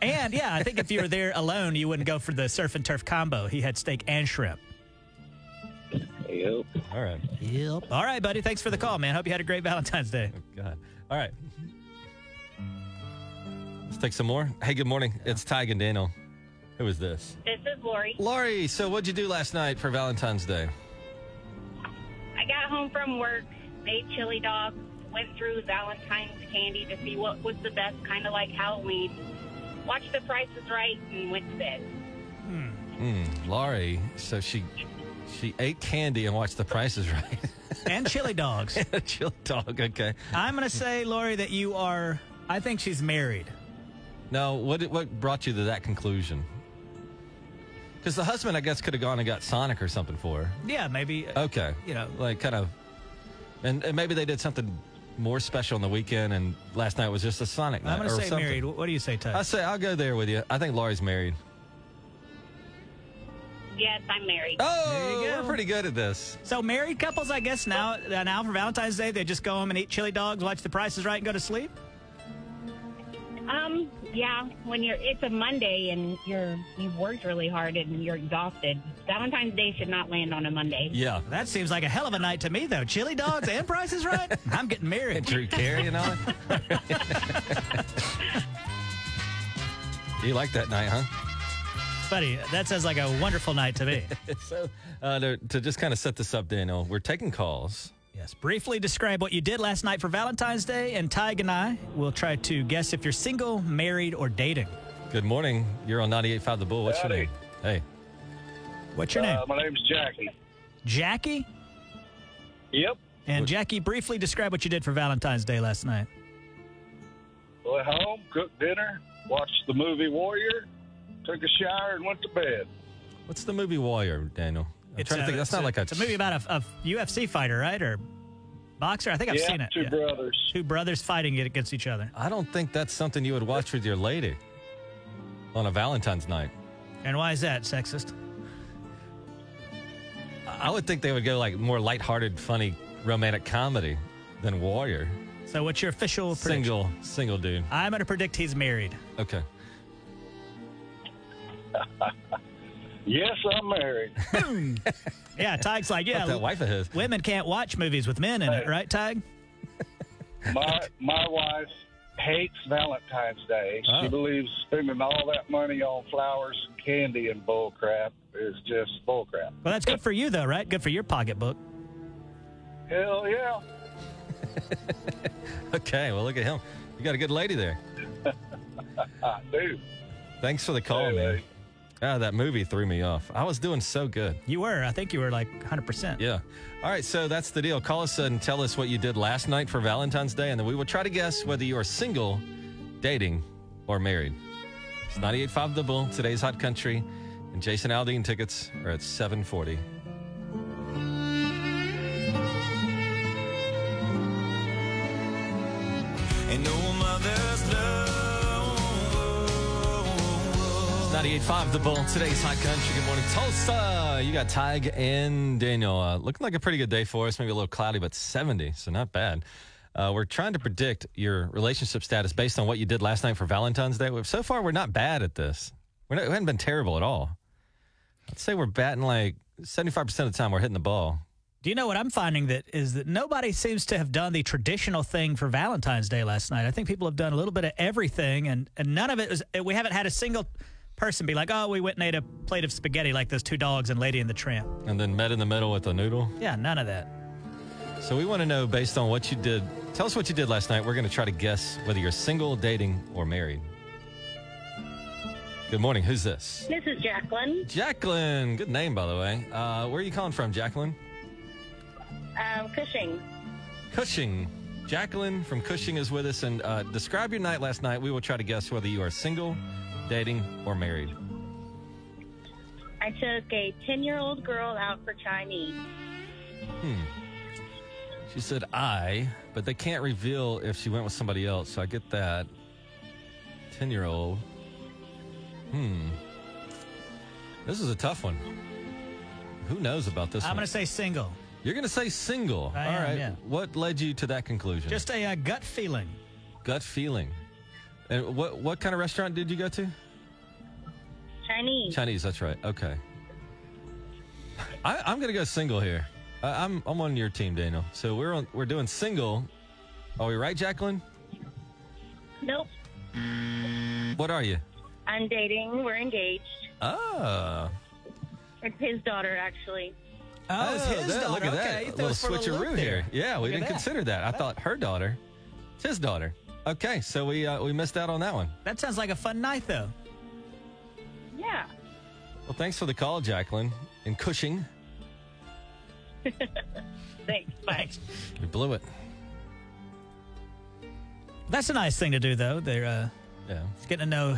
Speaker 2: And yeah, I think if you were there alone, you wouldn't go for the surf and turf combo. He had steak and shrimp.
Speaker 7: Yep.
Speaker 1: All right.
Speaker 2: Yep. All right, buddy. Thanks for the call, man. Hope you had a great Valentine's Day.
Speaker 1: God. All right. Let's take some more. Hey, good morning. It's Tig and Daniel. Who is this?
Speaker 4: This is Lori.
Speaker 1: Lori, so what'd you do last night for Valentine's Day?
Speaker 4: I got home from work, made chili dogs, went through Valentine's candy to see what was the best, kind of like Halloween. Watched The Price is Right and went to bed.
Speaker 1: Mm, Lori, so she she ate candy and watched The Price is Right.
Speaker 2: And chili dogs.
Speaker 1: A Chill dog. Okay.
Speaker 2: I'm going to say, Lori, that you are, I think she's married.
Speaker 1: Now, what what brought you to that conclusion? Because the husband, I guess, could have gone and got Sonic or something for her.
Speaker 2: Yeah, maybe. uh,
Speaker 1: Okay.
Speaker 2: You know.
Speaker 1: like kind of, and, and maybe they did something more special on the weekend, and last night was just a Sonic night
Speaker 2: I'm going
Speaker 1: or
Speaker 2: to say
Speaker 1: something. Uh,
Speaker 2: married. What do you say, Ty?
Speaker 1: I say I'll go there with you. I think Laurie's married.
Speaker 4: Yes, I'm married.
Speaker 1: Oh,
Speaker 2: There you go.
Speaker 1: we're pretty good at this.
Speaker 2: so married couples, I guess now uh, now for Valentine's Day, they just go home and eat chili dogs, watch The Price is Right, and go to sleep.
Speaker 4: Um, yeah, when you're it's a Monday and you're you've worked really hard and you're exhausted. Valentine's Day should not land on a Monday.
Speaker 1: Yeah.
Speaker 2: That seems like a hell of a night to me, though. Chili dogs and Price is Right. I'm getting married.
Speaker 1: Drew Carey and all. that. You like that night, huh?
Speaker 2: Buddy, that sounds like a wonderful night to me.
Speaker 1: so, uh, to, to just kind of set this up, Daniel, we're taking calls.
Speaker 2: yes. Briefly describe what you did last night for Valentine's Day, and Tig and I will try to guess if you're single, married, or dating.
Speaker 1: Good morning. You're on 98.5 The Bull. What's your
Speaker 6: Howdy.
Speaker 1: name? Hey.
Speaker 2: What's your name?
Speaker 6: Uh, my name's Jackie.
Speaker 2: Jackie?
Speaker 6: Yep.
Speaker 2: And Jackie, briefly describe what you did for Valentine's Day last night.
Speaker 6: Went home, cooked dinner, watched the movie Warrior, took a shower, and went to bed.
Speaker 1: What's the movie Warrior, Daniel? I'm trying to think. That's
Speaker 2: it's
Speaker 1: not like a.
Speaker 2: It's a movie about a, a UFC fighter, right? Or boxer? I think I've
Speaker 6: yeah,
Speaker 2: seen it.
Speaker 6: two
Speaker 2: yeah.
Speaker 6: brothers.
Speaker 2: Two brothers fighting it against each other.
Speaker 1: I don't think that's something you would watch with your lady on a Valentine's night.
Speaker 2: And why is that sexist?
Speaker 1: I would think they would go like more lighthearted, funny, romantic comedy than Warrior.
Speaker 2: So, what's your official prediction?
Speaker 1: Single, single dude.
Speaker 2: I'm going to predict he's married.
Speaker 1: Okay.
Speaker 6: Yes, I'm married.
Speaker 2: Yeah, Tig's like, yeah,
Speaker 1: But that wife of his.
Speaker 2: women can't watch movies with men in it, right, Tig?
Speaker 6: My my wife hates Valentine's Day. She
Speaker 1: Oh.
Speaker 6: believes spending all that money on flowers and candy and bull crap is just bull crap.
Speaker 2: Well, that's good for you, though, right? Good for your pocketbook.
Speaker 6: Hell yeah.
Speaker 1: Okay. Well, look at him. You got a good lady there.
Speaker 6: I do.
Speaker 1: Thanks for the call,
Speaker 6: Hey,
Speaker 1: man.
Speaker 6: lady.
Speaker 1: Ah, that movie threw me off. I was doing so good.
Speaker 2: You were. I think you were like 100%.
Speaker 1: Yeah. All right. So that's the deal. Call us and tell us what you did last night for Valentine's Day, and then we will try to guess whether you are single, dating, or married. It's 98.5 The Bull, today's Hot Country, and Jason Aldean tickets are at 740.
Speaker 5: And no mother's love.
Speaker 1: 98.5 The Bull, today's Hot Country. Good morning, Tulsa. You got Tig and Daniel. Uh, looking like a pretty good day for us. Maybe a little cloudy, but 70, so not bad. Uh, we're trying to predict your relationship status based on what you did last night for Valentine's Day. So far, we're not bad at this. We're not, we haven't been terrible at all. I'd say we're batting like 75% of the time we're hitting the ball.
Speaker 2: Do you know what I'm finding that is that nobody seems to have done the traditional thing for Valentine's Day last night. I think people have done a little bit of everything, and, and none of it was. We haven't had a single person be like, "Oh, we went and ate a plate of spaghetti like those two dogs and Lady and the Tramp."
Speaker 1: And then met in the middle with a noodle.
Speaker 2: Yeah, none of that.
Speaker 1: So we want to know based on what you did. Tell us what you did last night. We're going to try to guess whether you're single, dating, or married. Good morning. Who's this?
Speaker 8: This is Jacqueline
Speaker 1: Jacqueline. Good name, by the way. Uh, where are you calling from, Jacqueline?
Speaker 8: um, Cushing.
Speaker 1: Cushing. Jacqueline from Cushing is with us. And uh, describe your night last night. We will try to guess whether you are single, dating, or married.
Speaker 8: I took a 10 year old girl out for Chinese.
Speaker 1: She said I, but they can't reveal if she went with somebody else. So I get that. 10 year old. Hmm. This is a tough one. Who knows about this
Speaker 2: I'm
Speaker 1: one?
Speaker 2: going to say single.
Speaker 1: You're going to say single.
Speaker 2: I
Speaker 1: All
Speaker 2: am,
Speaker 1: right.
Speaker 2: yeah.
Speaker 1: What led you to that conclusion?
Speaker 2: Just a uh, gut feeling.
Speaker 1: gut feeling. And what what kind of restaurant did you go to?
Speaker 8: Chinese.
Speaker 1: Chinese, that's right. Okay. I, I'm gonna go single here. I, I'm I'm on your team, Daniel. So we're on, we're doing single. Are we right, Jacqueline?
Speaker 8: nope.
Speaker 1: What are you?
Speaker 8: I'm dating. We're engaged.
Speaker 1: Oh.
Speaker 8: It's his daughter, actually.
Speaker 2: Oh, it's his
Speaker 1: that-
Speaker 2: daughter.
Speaker 1: Look at
Speaker 2: okay,
Speaker 1: that. A little switcheroo here. Yeah, we
Speaker 2: Look at
Speaker 1: didn't
Speaker 2: that.
Speaker 1: consider that. I thought her daughter. It's his daughter. Okay, so we uh, we missed out on that one.
Speaker 2: That sounds like a fun night, though.
Speaker 8: Yeah.
Speaker 1: Well, thanks for the call, Jacqueline. In Cushing,
Speaker 8: Thanks. Bye.
Speaker 1: we blew it.
Speaker 2: That's a nice thing to do, though. They're uh,
Speaker 1: Yeah,
Speaker 2: just getting to know,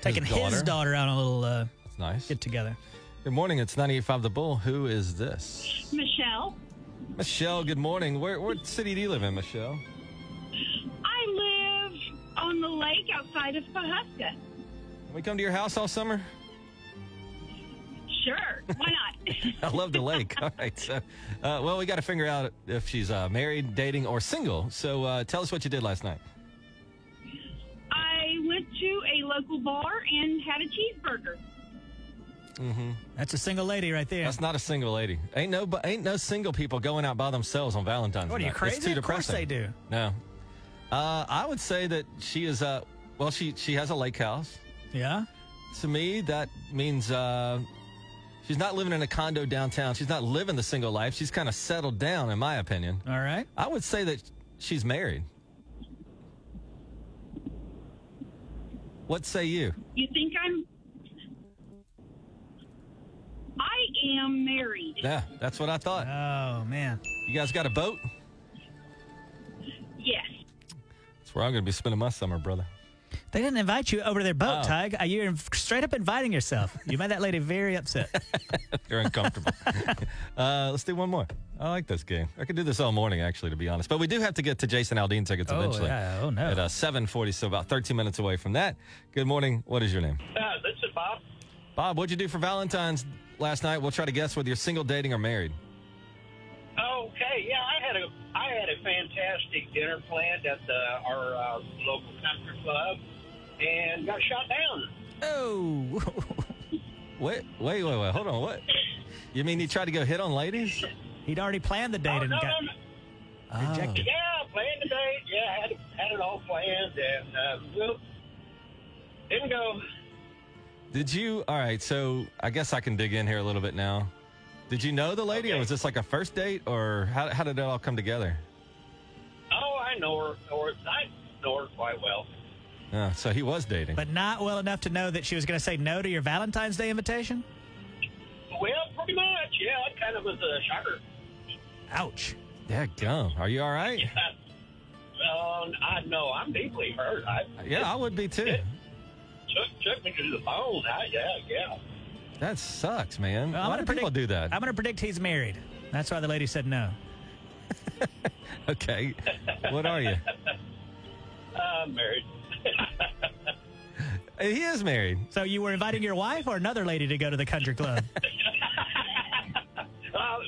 Speaker 2: taking his daughter,
Speaker 1: daughter.
Speaker 2: out on a little uh,
Speaker 1: that's nice.
Speaker 2: get together.
Speaker 1: Good morning. It's 98.5 The Bull. Who is this?
Speaker 9: Michelle.
Speaker 1: Michelle, good morning. Where, what city do you live in, Michelle?
Speaker 9: I live on the lake outside of Pahuska.
Speaker 1: Can we come to your house all summer?
Speaker 9: Sure, why not?
Speaker 1: I love the lake. All right. So, uh, well, we got to figure out if she's uh, married, dating, or single. So uh, tell us what you did last night.
Speaker 9: I went to a local bar and had a cheeseburger.
Speaker 2: That's a single lady right there.
Speaker 1: That's not a single lady. Ain't no, bu- ain't no single people going out by themselves on Valentine's.
Speaker 2: What, are you
Speaker 1: night. It's
Speaker 2: crazy?
Speaker 1: too
Speaker 2: Of course
Speaker 1: depressing.
Speaker 2: they do.
Speaker 1: No. Uh, I would say that she is uh, Well, she she has a lake house.
Speaker 2: Yeah.
Speaker 1: To me, that means uh, she's not living in a condo downtown. She's not living the single life. She's kind of settled down, in my opinion.
Speaker 2: All right.
Speaker 1: I would say that she's married. What say you?
Speaker 4: You think I'm? I am married.
Speaker 1: Yeah, that's what I thought.
Speaker 2: Oh man.
Speaker 1: You guys got a boat?
Speaker 4: Yes.
Speaker 1: That's where I'm going to be spending my summer, brother.
Speaker 2: They didn't invite you over to their boat,
Speaker 1: Oh.
Speaker 2: Tig. Uh, You're straight up inviting yourself. You made that lady very upset.
Speaker 1: You're uncomfortable. uh, let's do one more. I like this game. I could do this all morning, actually, to be honest. But we do have to get to Jason Aldean tickets
Speaker 2: Oh,
Speaker 1: eventually.
Speaker 2: yeah. Oh, no.
Speaker 1: At uh, 740, so about 13 minutes away from that. Good morning. What is your name?
Speaker 10: Yeah, this is Bob.
Speaker 1: Bob, what'd you do for Valentine's last night? We'll try to guess whether you're single, dating, or married.
Speaker 10: Okay, yeah, I had a I had a fantastic dinner planned at the our uh, local country club, and got shot down.
Speaker 2: oh.
Speaker 1: Wait, wait, wait, wait. Hold on. What? You mean you tried to go hit on ladies?
Speaker 2: He'd already planned the date
Speaker 10: Oh,
Speaker 2: and
Speaker 10: no,
Speaker 2: got
Speaker 10: no, no.
Speaker 2: rejected.
Speaker 10: Yeah, planned the date. Yeah, had had it all planned, and uh, well, didn't go.
Speaker 1: Did you? All right. So I guess I can dig in here a little bit now. Did you know the lady, or
Speaker 10: Okay.
Speaker 1: was this like a first date, or how, how did it all come together?
Speaker 10: Oh, I know her. Know her. I know her quite well.
Speaker 1: Oh, so he was dating.
Speaker 2: But not well enough to know that she was going to say no to your Valentine's Day invitation?
Speaker 10: Well, pretty much. Yeah, it kind of was a shocker.
Speaker 2: Ouch.
Speaker 1: Yeah, gum. Are you all right?
Speaker 10: Um, I know I'm deeply hurt. I
Speaker 1: Yeah, I would be too.
Speaker 10: took took me to the bone. I, yeah, yeah.
Speaker 1: That sucks, man.
Speaker 2: Well, I'm
Speaker 1: Why do
Speaker 2: gonna
Speaker 1: people
Speaker 2: predict-
Speaker 1: do that?
Speaker 2: I'm going to predict he's married. That's why the lady said no.
Speaker 1: Okay. What are you?
Speaker 10: I'm married.
Speaker 1: He is married.
Speaker 2: So you were inviting your wife or another lady to go to the country club?
Speaker 10: Uh,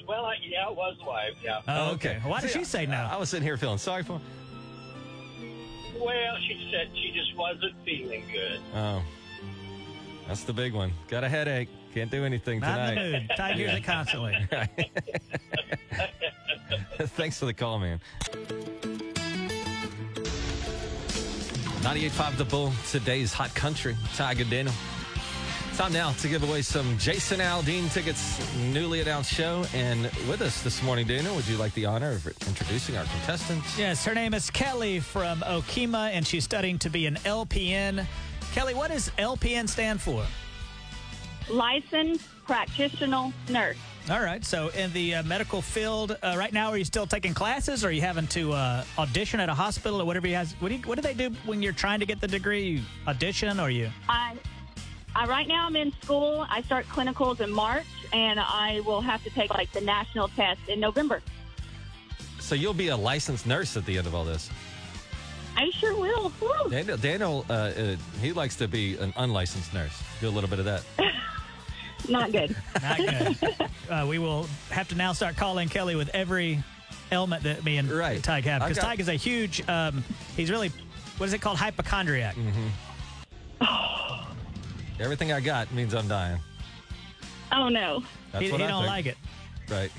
Speaker 10: well, I, yeah, I was wife. Yeah.
Speaker 2: Oh, Why did
Speaker 1: See,
Speaker 2: she say no?
Speaker 1: I I was sitting here feeling sorry for him.
Speaker 10: Well, she said she just wasn't feeling good.
Speaker 1: Oh. That's the big one. Got a headache. Can't do anything
Speaker 2: Not
Speaker 1: tonight.
Speaker 2: in the mood. Ty hears it constantly.
Speaker 1: Thanks for the call, man. 98.5 The Bull, today's hot country. Ty and Daniel. Time now to give away some Jason Aldean tickets, newly announced show. And with us this morning, Daniel, would you like the honor of introducing our contestants?
Speaker 2: Yes, her name is Kelly from Okima, and she's studying to be an LPN. Kelly, what does LPN stand for?
Speaker 4: Licensed practitioner nurse.
Speaker 2: All right, so in the uh, medical field uh, right now, are you still taking classes, or are you having to uh, audition at a hospital or whatever you has? What do, you, what do they do when you're trying to get the degree? You audition or you?
Speaker 4: I, I right now I'm in school. I start clinicals in March, and I will have to take like the national test in November.
Speaker 1: So you'll be a licensed nurse at the end of all this.
Speaker 4: I sure will. Woo.
Speaker 1: Daniel, Daniel uh, uh, he likes to be an unlicensed nurse. Do a little bit of that.
Speaker 4: Not good.
Speaker 2: Not good. uh, we will have to now start calling Kelly with every ailment that me and
Speaker 1: Right.
Speaker 2: Tyke have
Speaker 1: I
Speaker 2: because
Speaker 1: got-
Speaker 2: Tyke is a huge. Um, he's really what is it called? Hypochondriac.
Speaker 1: Mm-hmm. Everything I got means I'm dying.
Speaker 4: Oh no.
Speaker 1: That's
Speaker 2: He, he
Speaker 1: what I
Speaker 2: don't
Speaker 1: think.
Speaker 2: like it.
Speaker 1: Right.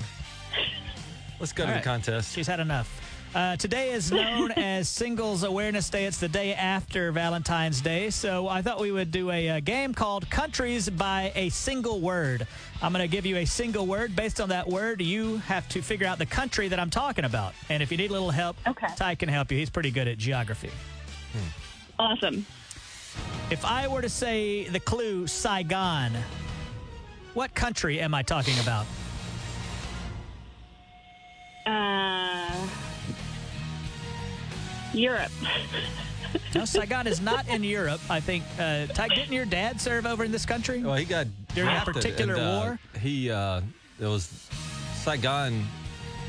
Speaker 1: Let's go to
Speaker 2: All
Speaker 1: the
Speaker 2: right.
Speaker 1: contest.
Speaker 2: She's had enough. Uh, today is known as Singles Awareness Day. It's the day after Valentine's Day. So I thought we would do a, uh game called Countries by a Single Word. I'm going to give you a single word. Based on that word, you have to figure out the country that I'm talking about. And if you need a little help,
Speaker 4: Okay.
Speaker 2: Ty can help you. He's pretty good at geography.
Speaker 4: Awesome.
Speaker 2: If I were to say the clue Saigon, what country am I talking about?
Speaker 4: Uh, Europe.
Speaker 2: No, Saigon is not in Europe. I think. Uh, Ty, didn't your dad serve over in this country?
Speaker 1: Well, he got
Speaker 2: During a
Speaker 1: drafted,
Speaker 2: particular
Speaker 1: and, uh,
Speaker 2: war?
Speaker 1: He uh, it was Saigon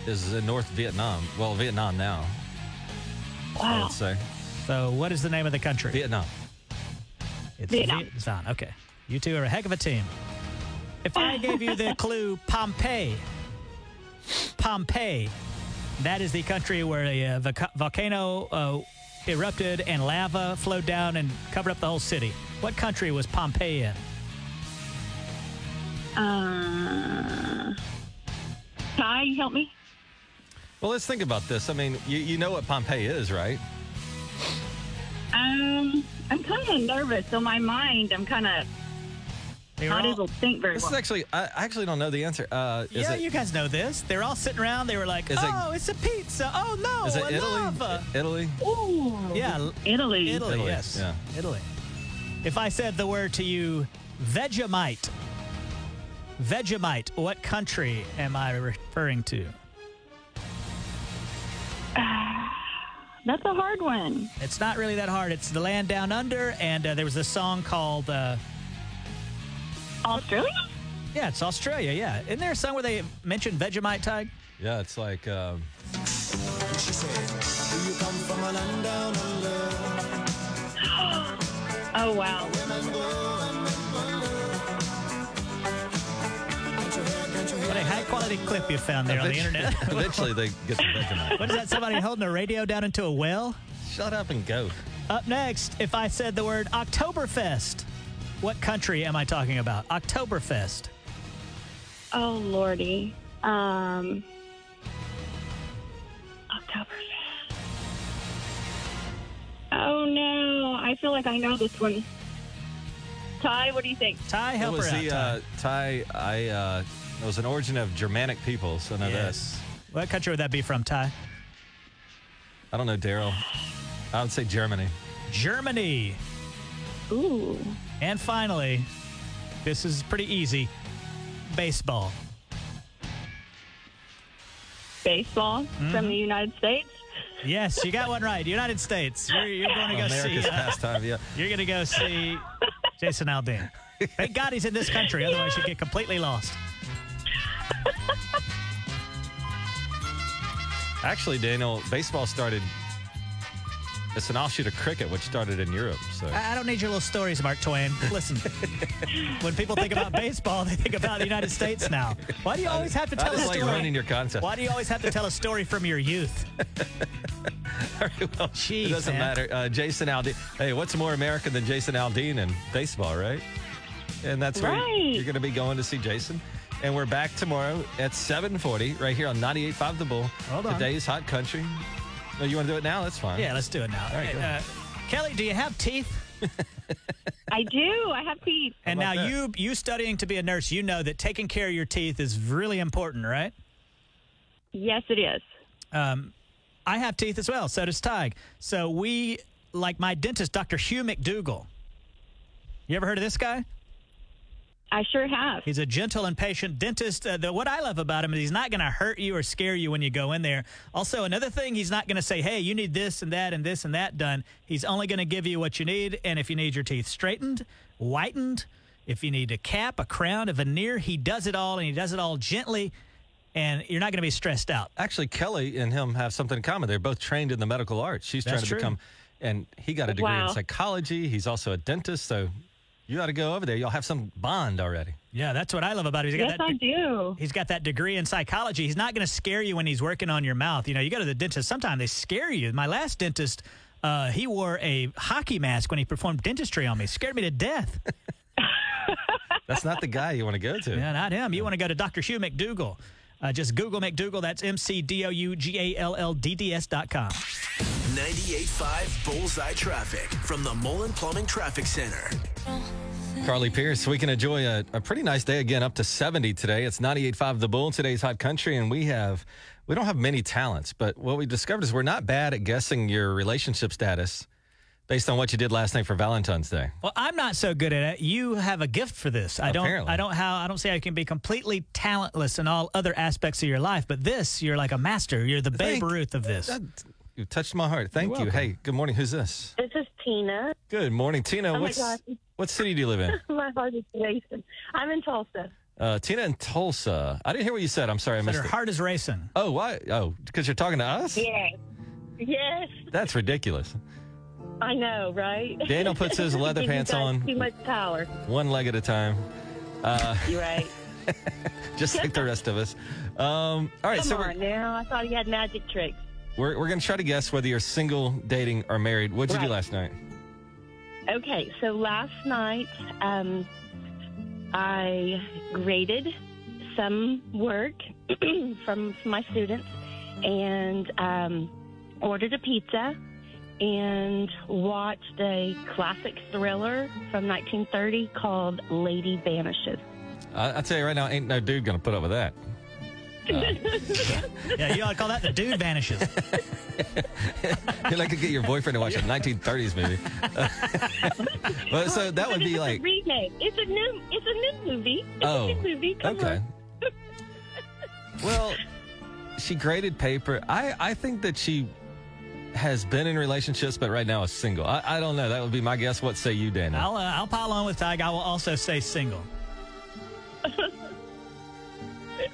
Speaker 1: is in North Vietnam. Well, Vietnam now. I
Speaker 4: Wow.
Speaker 1: would say
Speaker 2: So, what is the name of the country?
Speaker 1: Vietnam.
Speaker 2: It's
Speaker 4: Vietnam.
Speaker 2: Vietnam. Okay. You two are a heck of a team. If I gave you the clue Pompeii, Pompeii, that is the country where a uh, voca- volcano uh, erupted and lava flowed down and covered up the whole city. What country was Pompeii in?
Speaker 4: Uh, Ty, you help me.
Speaker 1: Well, let's think about this. I mean, you, you know what Pompeii is, right?
Speaker 4: Um,
Speaker 9: I'm kind of nervous, so my mind, I'm kind of
Speaker 2: They were
Speaker 9: not
Speaker 2: all-
Speaker 9: able to think very
Speaker 1: This
Speaker 9: well.
Speaker 1: is actually, I I actually don't know the answer. Uh, is
Speaker 2: yeah,
Speaker 1: it,
Speaker 2: you guys know this. They're all sitting around. They were like,
Speaker 1: Is it-
Speaker 2: "Oh, it's a pizza. Oh no,
Speaker 1: is it
Speaker 2: a
Speaker 1: Italy?
Speaker 2: lava."
Speaker 1: I- Italy?
Speaker 9: Ooh,
Speaker 2: Yeah, l-
Speaker 9: Italy.
Speaker 2: Italy,
Speaker 1: Italy,
Speaker 2: Yes,
Speaker 1: yeah.
Speaker 2: Italy. If I said the word to you, Vegemite. Vegemite. What country am I referring to?
Speaker 9: That's a hard one.
Speaker 2: It's not really that hard. It's the land down under, and uh, there was a song called. Uh,
Speaker 9: Australia?
Speaker 2: yeah, it's Australia. Yeah, isn't there a song where they mentioned Vegemite? Tag.
Speaker 1: Yeah, it's like, um,
Speaker 9: Oh wow.
Speaker 2: What a high quality clip you found there on the
Speaker 1: eventually-
Speaker 2: internet.
Speaker 1: eventually they get the Vegemite.
Speaker 2: what is that? Somebody holding a radio down into a well?
Speaker 1: Shut up and go.
Speaker 2: Up next, if I said the word Oktoberfest, what country am I talking about? Oktoberfest.
Speaker 8: Oh lordy. Um. Oktoberfest.
Speaker 9: Oh no, I feel like I know this one. Ty, what do you think?
Speaker 2: Ty, help
Speaker 1: it was
Speaker 2: her out.
Speaker 1: the
Speaker 2: Ty.
Speaker 1: uh, Thai. I uh, it was an origin of Germanic peoples. I know
Speaker 2: yes. What country would that be from, Ty?
Speaker 1: that. I don't know, Daryl. I would say Germany.
Speaker 2: Germany.
Speaker 9: Ooh.
Speaker 2: And finally, this is pretty easy baseball.
Speaker 9: Baseball
Speaker 2: Mm-hmm.
Speaker 9: from the United States.
Speaker 2: Yes, you got one right. United States. You're, you're going to go
Speaker 1: America's
Speaker 2: see. uh,
Speaker 1: pastime. Yeah.
Speaker 2: you're going to go see Jason Aldean. Thank God he's in this country. Otherwise, you'd get completely lost.
Speaker 1: Actually, Daniel, baseball started. It's an offshoot of cricket, which started in Europe. So
Speaker 2: I I don't need your little stories, Mark Twain. Listen, when people think about baseball, they think about the United States now. Why do you always have to
Speaker 1: I
Speaker 2: tell a
Speaker 1: just like
Speaker 2: story?
Speaker 1: ruining your concept.
Speaker 2: Why do you always have to tell a story from your youth?
Speaker 1: well,
Speaker 2: Jeez,
Speaker 1: it doesn't
Speaker 2: man.
Speaker 1: matter. Uh, Jason Aldean. Hey, what's more American than Jason Aldean in baseball, right? And that's where
Speaker 9: Right.
Speaker 1: you're going to be going to see Jason. And we're back tomorrow at 7:40 right here on 98.5 The Bull.
Speaker 2: Hold on.
Speaker 1: Today's hot country. No, you want to do it now? That's fine.
Speaker 2: Yeah, let's do it now.
Speaker 1: right, go
Speaker 2: uh,
Speaker 1: ahead.
Speaker 2: Kelly, do you have teeth?
Speaker 9: I do. I have teeth.
Speaker 2: And now
Speaker 1: about that?
Speaker 2: you you studying to be a nurse, you know that taking care of your teeth is really important, right?
Speaker 9: Yes, it is.
Speaker 2: Um, I have teeth as well. So does Tig. So we like my dentist, Dr. Hugh McDougall. You ever heard of this guy?
Speaker 9: I sure have.
Speaker 2: He's a gentle and patient dentist. Uh, the, what I love about him is he's not going to hurt you or scare you when you go in there. Also, another thing, he's not going to say, hey, you need this and that and this and that done. He's only going to give you what you need. And if you need your teeth straightened, whitened, if you need a cap, a crown, a veneer, he does it all and he does it all gently. And you're not going to be stressed out.
Speaker 1: Actually, Kelly and him have something in common. They're both trained in the medical arts. She's trying
Speaker 2: That's
Speaker 1: to
Speaker 2: true.
Speaker 1: become, and he got a degree
Speaker 9: Wow.
Speaker 1: in psychology. He's also a dentist. So you ought to go over there. Y'all have some bond already.
Speaker 2: Yeah, that's what I love about him. He's got
Speaker 9: Yes,
Speaker 2: that
Speaker 9: I do.
Speaker 2: He's got that degree in psychology. He's not going to scare you when he's working on your mouth. You know, you go to the dentist, sometimes they scare you. My last dentist, uh, he wore a hockey mask when he performed dentistry on me. Scared me to death.
Speaker 1: That's not the guy you want to go to.
Speaker 2: yeah, not him. You want to go to Dr. Hugh McDougall. Uh, just Google McDougall. That's M C D O U G A L L D D S dot com.
Speaker 3: 98.5 Bullseye Traffic from the Mullen Plumbing Traffic Center.
Speaker 1: Carly Pierce, we can enjoy a, a pretty nice day again, up to 70 today. It's 98.5 The Bull, today's hot country, and we have, we don't have many talents, but what we discovered is we're not bad at guessing your relationship status based on what you did last night for Valentine's Day.
Speaker 2: Well, I'm not so good at it. You have a gift for this. I don't.
Speaker 1: Apparently.
Speaker 2: I don't. How I don't say I can be completely talentless in all other aspects of your life, but this, you're like a master. You're the Babe
Speaker 1: Thank-
Speaker 2: Ruth of this.
Speaker 1: That, you touched my heart. Thank you.
Speaker 2: welcome.
Speaker 1: Hey, good morning. Who's this?
Speaker 8: This is Tina.
Speaker 1: Good morning, Tina.
Speaker 8: Oh my
Speaker 1: What's,
Speaker 8: God.
Speaker 1: what city do you live in?
Speaker 8: My heart is racing. I'm in Tulsa.
Speaker 1: Uh, Tina in Tulsa. I didn't hear what you said. I'm sorry, I
Speaker 2: But
Speaker 1: missed
Speaker 2: her
Speaker 1: it.
Speaker 2: heart is racing.
Speaker 1: Oh, why? Oh, because you're talking to us?
Speaker 8: Yes. Yes.
Speaker 1: That's ridiculous.
Speaker 8: I know, right?
Speaker 1: Daniel puts his leather
Speaker 8: Give you
Speaker 1: pants
Speaker 8: guys
Speaker 1: on.
Speaker 8: Too much power.
Speaker 1: One leg at a time.
Speaker 8: You're right.
Speaker 1: just like the rest of us. Um, all right,
Speaker 8: Come
Speaker 1: so we're,
Speaker 8: on now. I thought he had magic tricks.
Speaker 1: we're, we're going to try to guess whether you're single, dating, or married. What'd you
Speaker 8: Right.
Speaker 1: do last night?
Speaker 8: Okay, so last night um, I graded some work from my students and um, ordered a pizza and watched a classic thriller from 1930 called Lady Vanishes.
Speaker 1: I, I tell you right now, ain't no dude gonna put up with that.
Speaker 2: Yeah, you ought to call that the dude vanishes.
Speaker 1: You're like to get your boyfriend to watch a 1930s movie. well, so that would
Speaker 8: But
Speaker 1: be
Speaker 8: it's
Speaker 1: like,
Speaker 8: a remake. It's a new. It's a new movie. It's
Speaker 1: oh,
Speaker 8: a new movie. Come
Speaker 1: okay.
Speaker 8: on.
Speaker 1: Well, she graded paper. I I think that she has been in relationships, but right now is single. I, I don't know. That would be my guess. What say you, Dana?
Speaker 2: I'll uh, I'll pile on with Tig. I will also say single.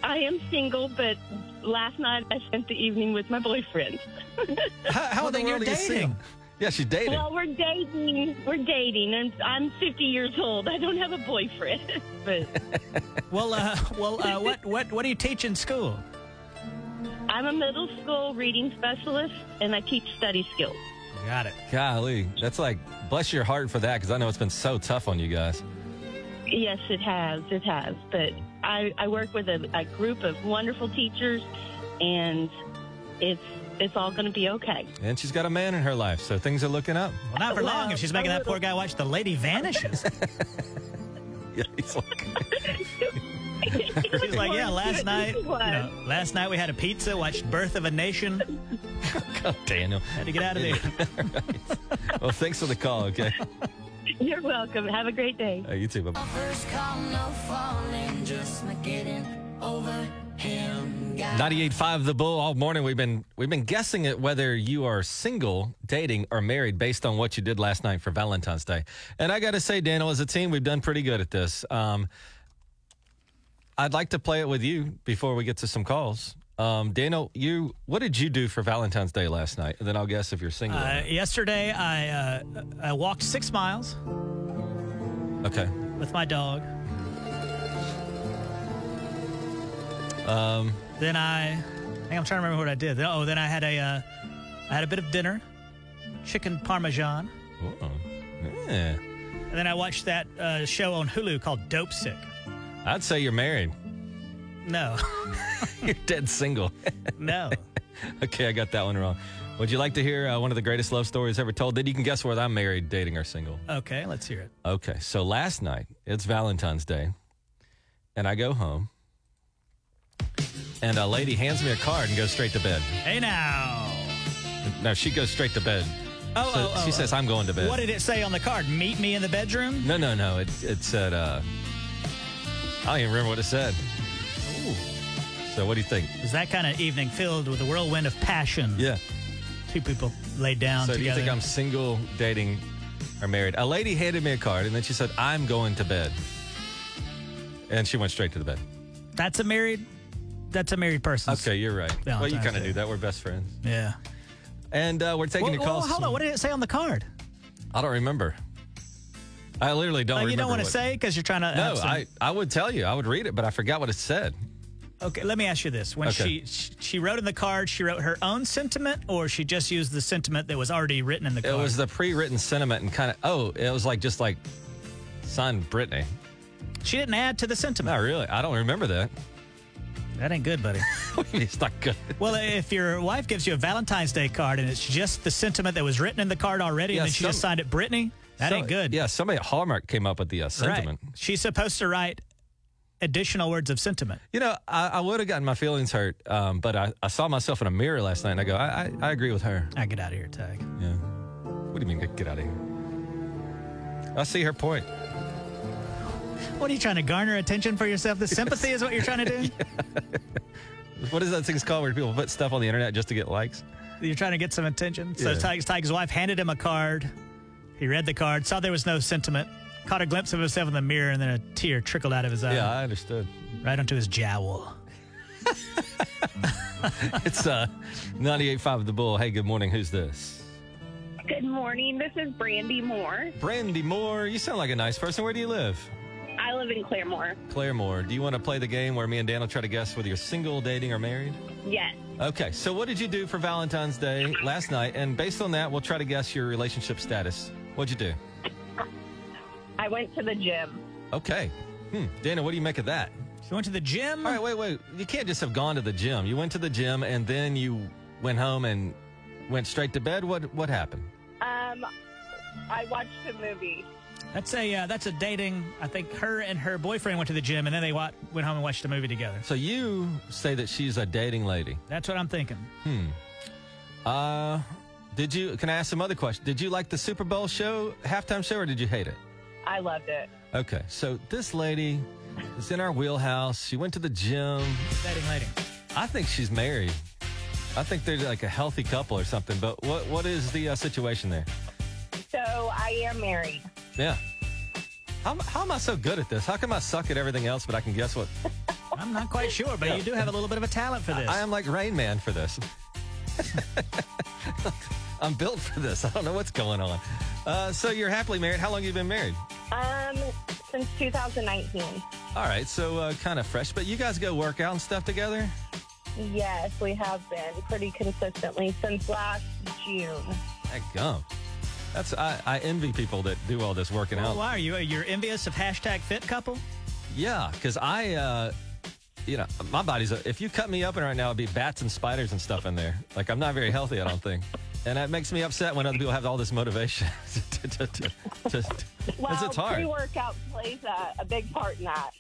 Speaker 8: I am single, but last night I spent the evening with my boyfriend.
Speaker 1: How, how in the
Speaker 2: then
Speaker 1: world
Speaker 2: you're
Speaker 1: are you single?
Speaker 2: dating.
Speaker 1: Yeah, she's dating.
Speaker 8: Well, we're dating. We're dating, and I'm 50 years old. I don't have a boyfriend, but
Speaker 2: Well, uh, well, uh, what what what do you teach in school?
Speaker 8: I'm a middle school reading specialist, and I teach study skills.
Speaker 2: Got it.
Speaker 1: Golly, that's like bless your heart for that because I know it's been so tough on you guys.
Speaker 8: Yes, it has. It has. But I, I work with a, a group of wonderful teachers, and it's it's all going to be okay.
Speaker 1: And she's got a man in her life, so things are looking up.
Speaker 2: Well, not for
Speaker 8: Well,
Speaker 2: long if she's making
Speaker 8: a
Speaker 2: that poor guy watch The Lady Vanishes.
Speaker 1: Yeah, he's like,
Speaker 2: She's like, yeah, last night, you
Speaker 8: What?
Speaker 2: know, last night we had a pizza, watched Birth of a Nation,
Speaker 1: oh, Daniel.
Speaker 2: had to get out of there.
Speaker 1: Well, thanks for the call. Okay,
Speaker 8: You're welcome. Have a great day.
Speaker 1: uh, you too. Bye.
Speaker 11: First come, no falling, just my getting over him. Got
Speaker 1: 98.5 The Bull. All morning we've been we've been guessing at whether you are single, dating, or married based on what you did last night for Valentine's Day. And I got to say, Daniel, as a team, we've done pretty good at this. Um, I'd like to play it with you before we get to some calls. Um, Daniel, you what did you do for Valentine's Day last night? And then I'll guess if you're single. or
Speaker 2: Uh, yesterday, I uh, I walked six miles
Speaker 1: not. okay.
Speaker 2: with my dog. Um.
Speaker 1: Um,
Speaker 2: Then I, I think I'm trying to remember what I did. Then- Oh, then I had a, uh, I had a bit of dinner, chicken parmesan,
Speaker 1: Oh, yeah.
Speaker 2: and then I watched that uh, show on Hulu called Dope Sick.
Speaker 1: I'd say you're married.
Speaker 2: No,
Speaker 1: You're dead single.
Speaker 2: no.
Speaker 1: okay, I got that one wrong. Would you like to hear uh, one of the greatest love stories ever told? Then you can guess whether I'm married, dating, or single.
Speaker 2: Okay, let's hear it.
Speaker 1: Okay, so last night, it's Valentine's Day, and I go home, and a lady hands me a card and goes straight to bed.
Speaker 2: Hey now.
Speaker 1: No, she goes straight to bed.
Speaker 2: Oh,
Speaker 1: So
Speaker 2: oh, oh,
Speaker 1: she
Speaker 2: oh.
Speaker 1: says, I'm going to bed.
Speaker 2: What did it say on the card? Meet me in the bedroom.
Speaker 1: no, no, no. It, it said, uh, I don't even remember what it said. So what do you think?
Speaker 2: It was that kind of evening filled with a whirlwind of passion.
Speaker 1: Yeah.
Speaker 2: Two people laid down
Speaker 1: So do you
Speaker 2: together.
Speaker 1: think I'm single, dating, or married? A lady handed me a card, and then she said, I'm going to bed. And she went straight to the bed.
Speaker 2: that's a married. That's a married person.
Speaker 1: Okay, you're right. well, you
Speaker 2: Valentine's
Speaker 1: kind of
Speaker 2: Day.
Speaker 1: knew that. We're best friends.
Speaker 2: Yeah.
Speaker 1: And uh, we're taking
Speaker 2: Well,
Speaker 1: your calls.
Speaker 2: well, hold on. What did it say on the card?
Speaker 1: I don't remember. I literally don't
Speaker 2: Like,
Speaker 1: remember.
Speaker 2: you don't want to
Speaker 1: what-
Speaker 2: say because you're trying to.
Speaker 1: No,
Speaker 2: have some-
Speaker 1: I, I would tell you. I would read it, but I forgot what it said.
Speaker 2: Okay, let me ask you this: When
Speaker 1: Okay.
Speaker 2: she, she she wrote in the card, she wrote her own sentiment, or she just used the sentiment that was already written in the
Speaker 1: It
Speaker 2: card.
Speaker 1: was the pre written sentiment and kind of, oh, it was like just like, son, Brittany.
Speaker 2: she didn't add to the
Speaker 1: Not
Speaker 2: sentiment.
Speaker 1: really. I don't remember that.
Speaker 2: That ain't good, buddy.
Speaker 1: it's not good.
Speaker 2: well, if your wife gives you a Valentine's Day card and it's just the sentiment that was written in the card already,
Speaker 1: Yeah,
Speaker 2: and then she just
Speaker 1: some-
Speaker 2: signed it, Brittany. That
Speaker 1: So-
Speaker 2: ain't good.
Speaker 1: Yeah, somebody at Hallmark came up with the uh,
Speaker 2: Right.
Speaker 1: sentiment.
Speaker 2: She's supposed to write additional words of sentiment.
Speaker 1: You know, I, I would have gotten my feelings hurt, um, but I, I saw myself in a mirror last night and I go, I, I, I agree with her.
Speaker 2: I get out of here, Tag.
Speaker 1: Yeah. What do you mean, get- get out of here? I see her point.
Speaker 2: What are you trying to garner attention for yourself? The sympathy is what you're trying to do.
Speaker 1: What is that thing called where people put stuff on the internet just to get likes?
Speaker 2: You're trying to get some attention. So
Speaker 1: Yeah.
Speaker 2: Tiger's, Tiger's wife handed him a card. He read the card, saw there was no sentiment, caught a glimpse of himself in the mirror, and then a tear trickled out of his eye,
Speaker 1: yeah, I understood.
Speaker 2: right onto his jowl.
Speaker 1: It's uh, 98.5 The Bull. Hey, good morning. Who's this?
Speaker 4: Good morning. This is Brandy Moore.
Speaker 1: Brandy Moore. You sound like a nice person. Where do you live?
Speaker 4: I live in Claremore.
Speaker 1: Claire Moore. Do you want to play the game where me and Dan will try to guess whether you're single, dating, or married?
Speaker 4: Yes.
Speaker 1: Okay, so what did you do for Valentine's Day last night? And based on that, we'll try to guess your relationship status. What'd you do?
Speaker 4: I went to the gym.
Speaker 1: Okay. Hmm. Dana, what do you make of that?
Speaker 2: She went to the gym.
Speaker 1: All right, wait, wait. You can't just have gone to the gym. You went to the gym and then you went home and went straight to bed. What what happened?
Speaker 4: Um,
Speaker 9: I watched the movie.
Speaker 2: That's a uh, that's a dating. I think her and her boyfriend went to the gym, and then they wa- went home and watched a movie together.
Speaker 1: So you say that she's a dating lady.
Speaker 2: That's what I'm thinking.
Speaker 1: Hmm. Uh, did you? Can I ask some other question? Did you like the Super Bowl show, halftime show, or did you hate it?
Speaker 9: I loved it.
Speaker 1: Okay, so this lady is in our wheelhouse. She went to the gym.
Speaker 2: Dating lady.
Speaker 1: I think she's married. I think they're like a healthy couple or something. But what what is the uh, situation there?
Speaker 9: So I am married.
Speaker 1: Yeah. How, am- how am I so good at this? How come I suck at everything else, but I can guess what?
Speaker 2: I'm not quite sure, but you do have a little bit of a talent for this.
Speaker 1: I, I am like Rain Man for this. I'm built for this. I don't know what's going on. Uh, so you're happily married. How long you been married?
Speaker 9: Um, since 2019.
Speaker 1: All right, so uh, kind of fresh. But you guys go work out and stuff together.
Speaker 9: Yes, we have been pretty consistently since last June.
Speaker 1: That gum. That's I, I envy people that do all this working
Speaker 2: Well,
Speaker 1: out.
Speaker 2: why are you? You're envious of hashtag fit couple?
Speaker 1: Yeah, because I, uh, you know, my body's. A, if you cut me open right now, it'd be bats and spiders and stuff in there. Like I'm not very healthy, I don't think, and that makes me upset when other people have all this motivation. to, to, to, to,
Speaker 9: Well,
Speaker 1: it's hard.
Speaker 9: pre-workout plays a, a big part in that.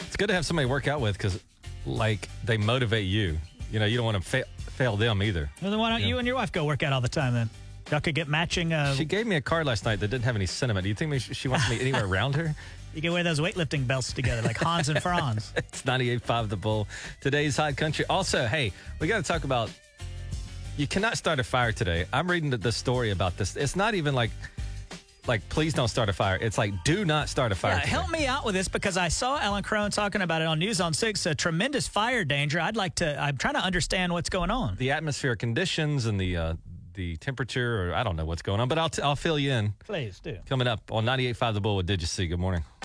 Speaker 1: It's good to have somebody to work out with because, like, they motivate you. You know, you don't want to fail fail them either.
Speaker 2: Well, then why don't
Speaker 1: Yeah.
Speaker 2: you and your wife go work out all the time then? Y'all could get matching. Uh,
Speaker 1: She gave me a card last night that didn't have any cinnamon. Do you think maybe she she wants me anywhere around her?
Speaker 2: you could wear those weightlifting belts together, like Hans and Franz.
Speaker 1: It's 98.5 The Bull. Today's Hot Country. Also, hey, we got to talk about you cannot start a fire today. I'm reading the, the story about this. It's not even like, like, please don't start a fire. It's like, do not start a fire.
Speaker 2: Yeah,
Speaker 1: today.
Speaker 2: help me out with this because I saw Alan Crone talking about it on News on Six. A tremendous fire danger. I'd like to. I'm trying to understand what's going on.
Speaker 1: The atmospheric conditions and the, uh, the temperature, or I don't know what's going on, but I'll, t- I'll fill you in
Speaker 2: Please do.
Speaker 1: coming up on 98.5 The Bull with Did You See? Good morning.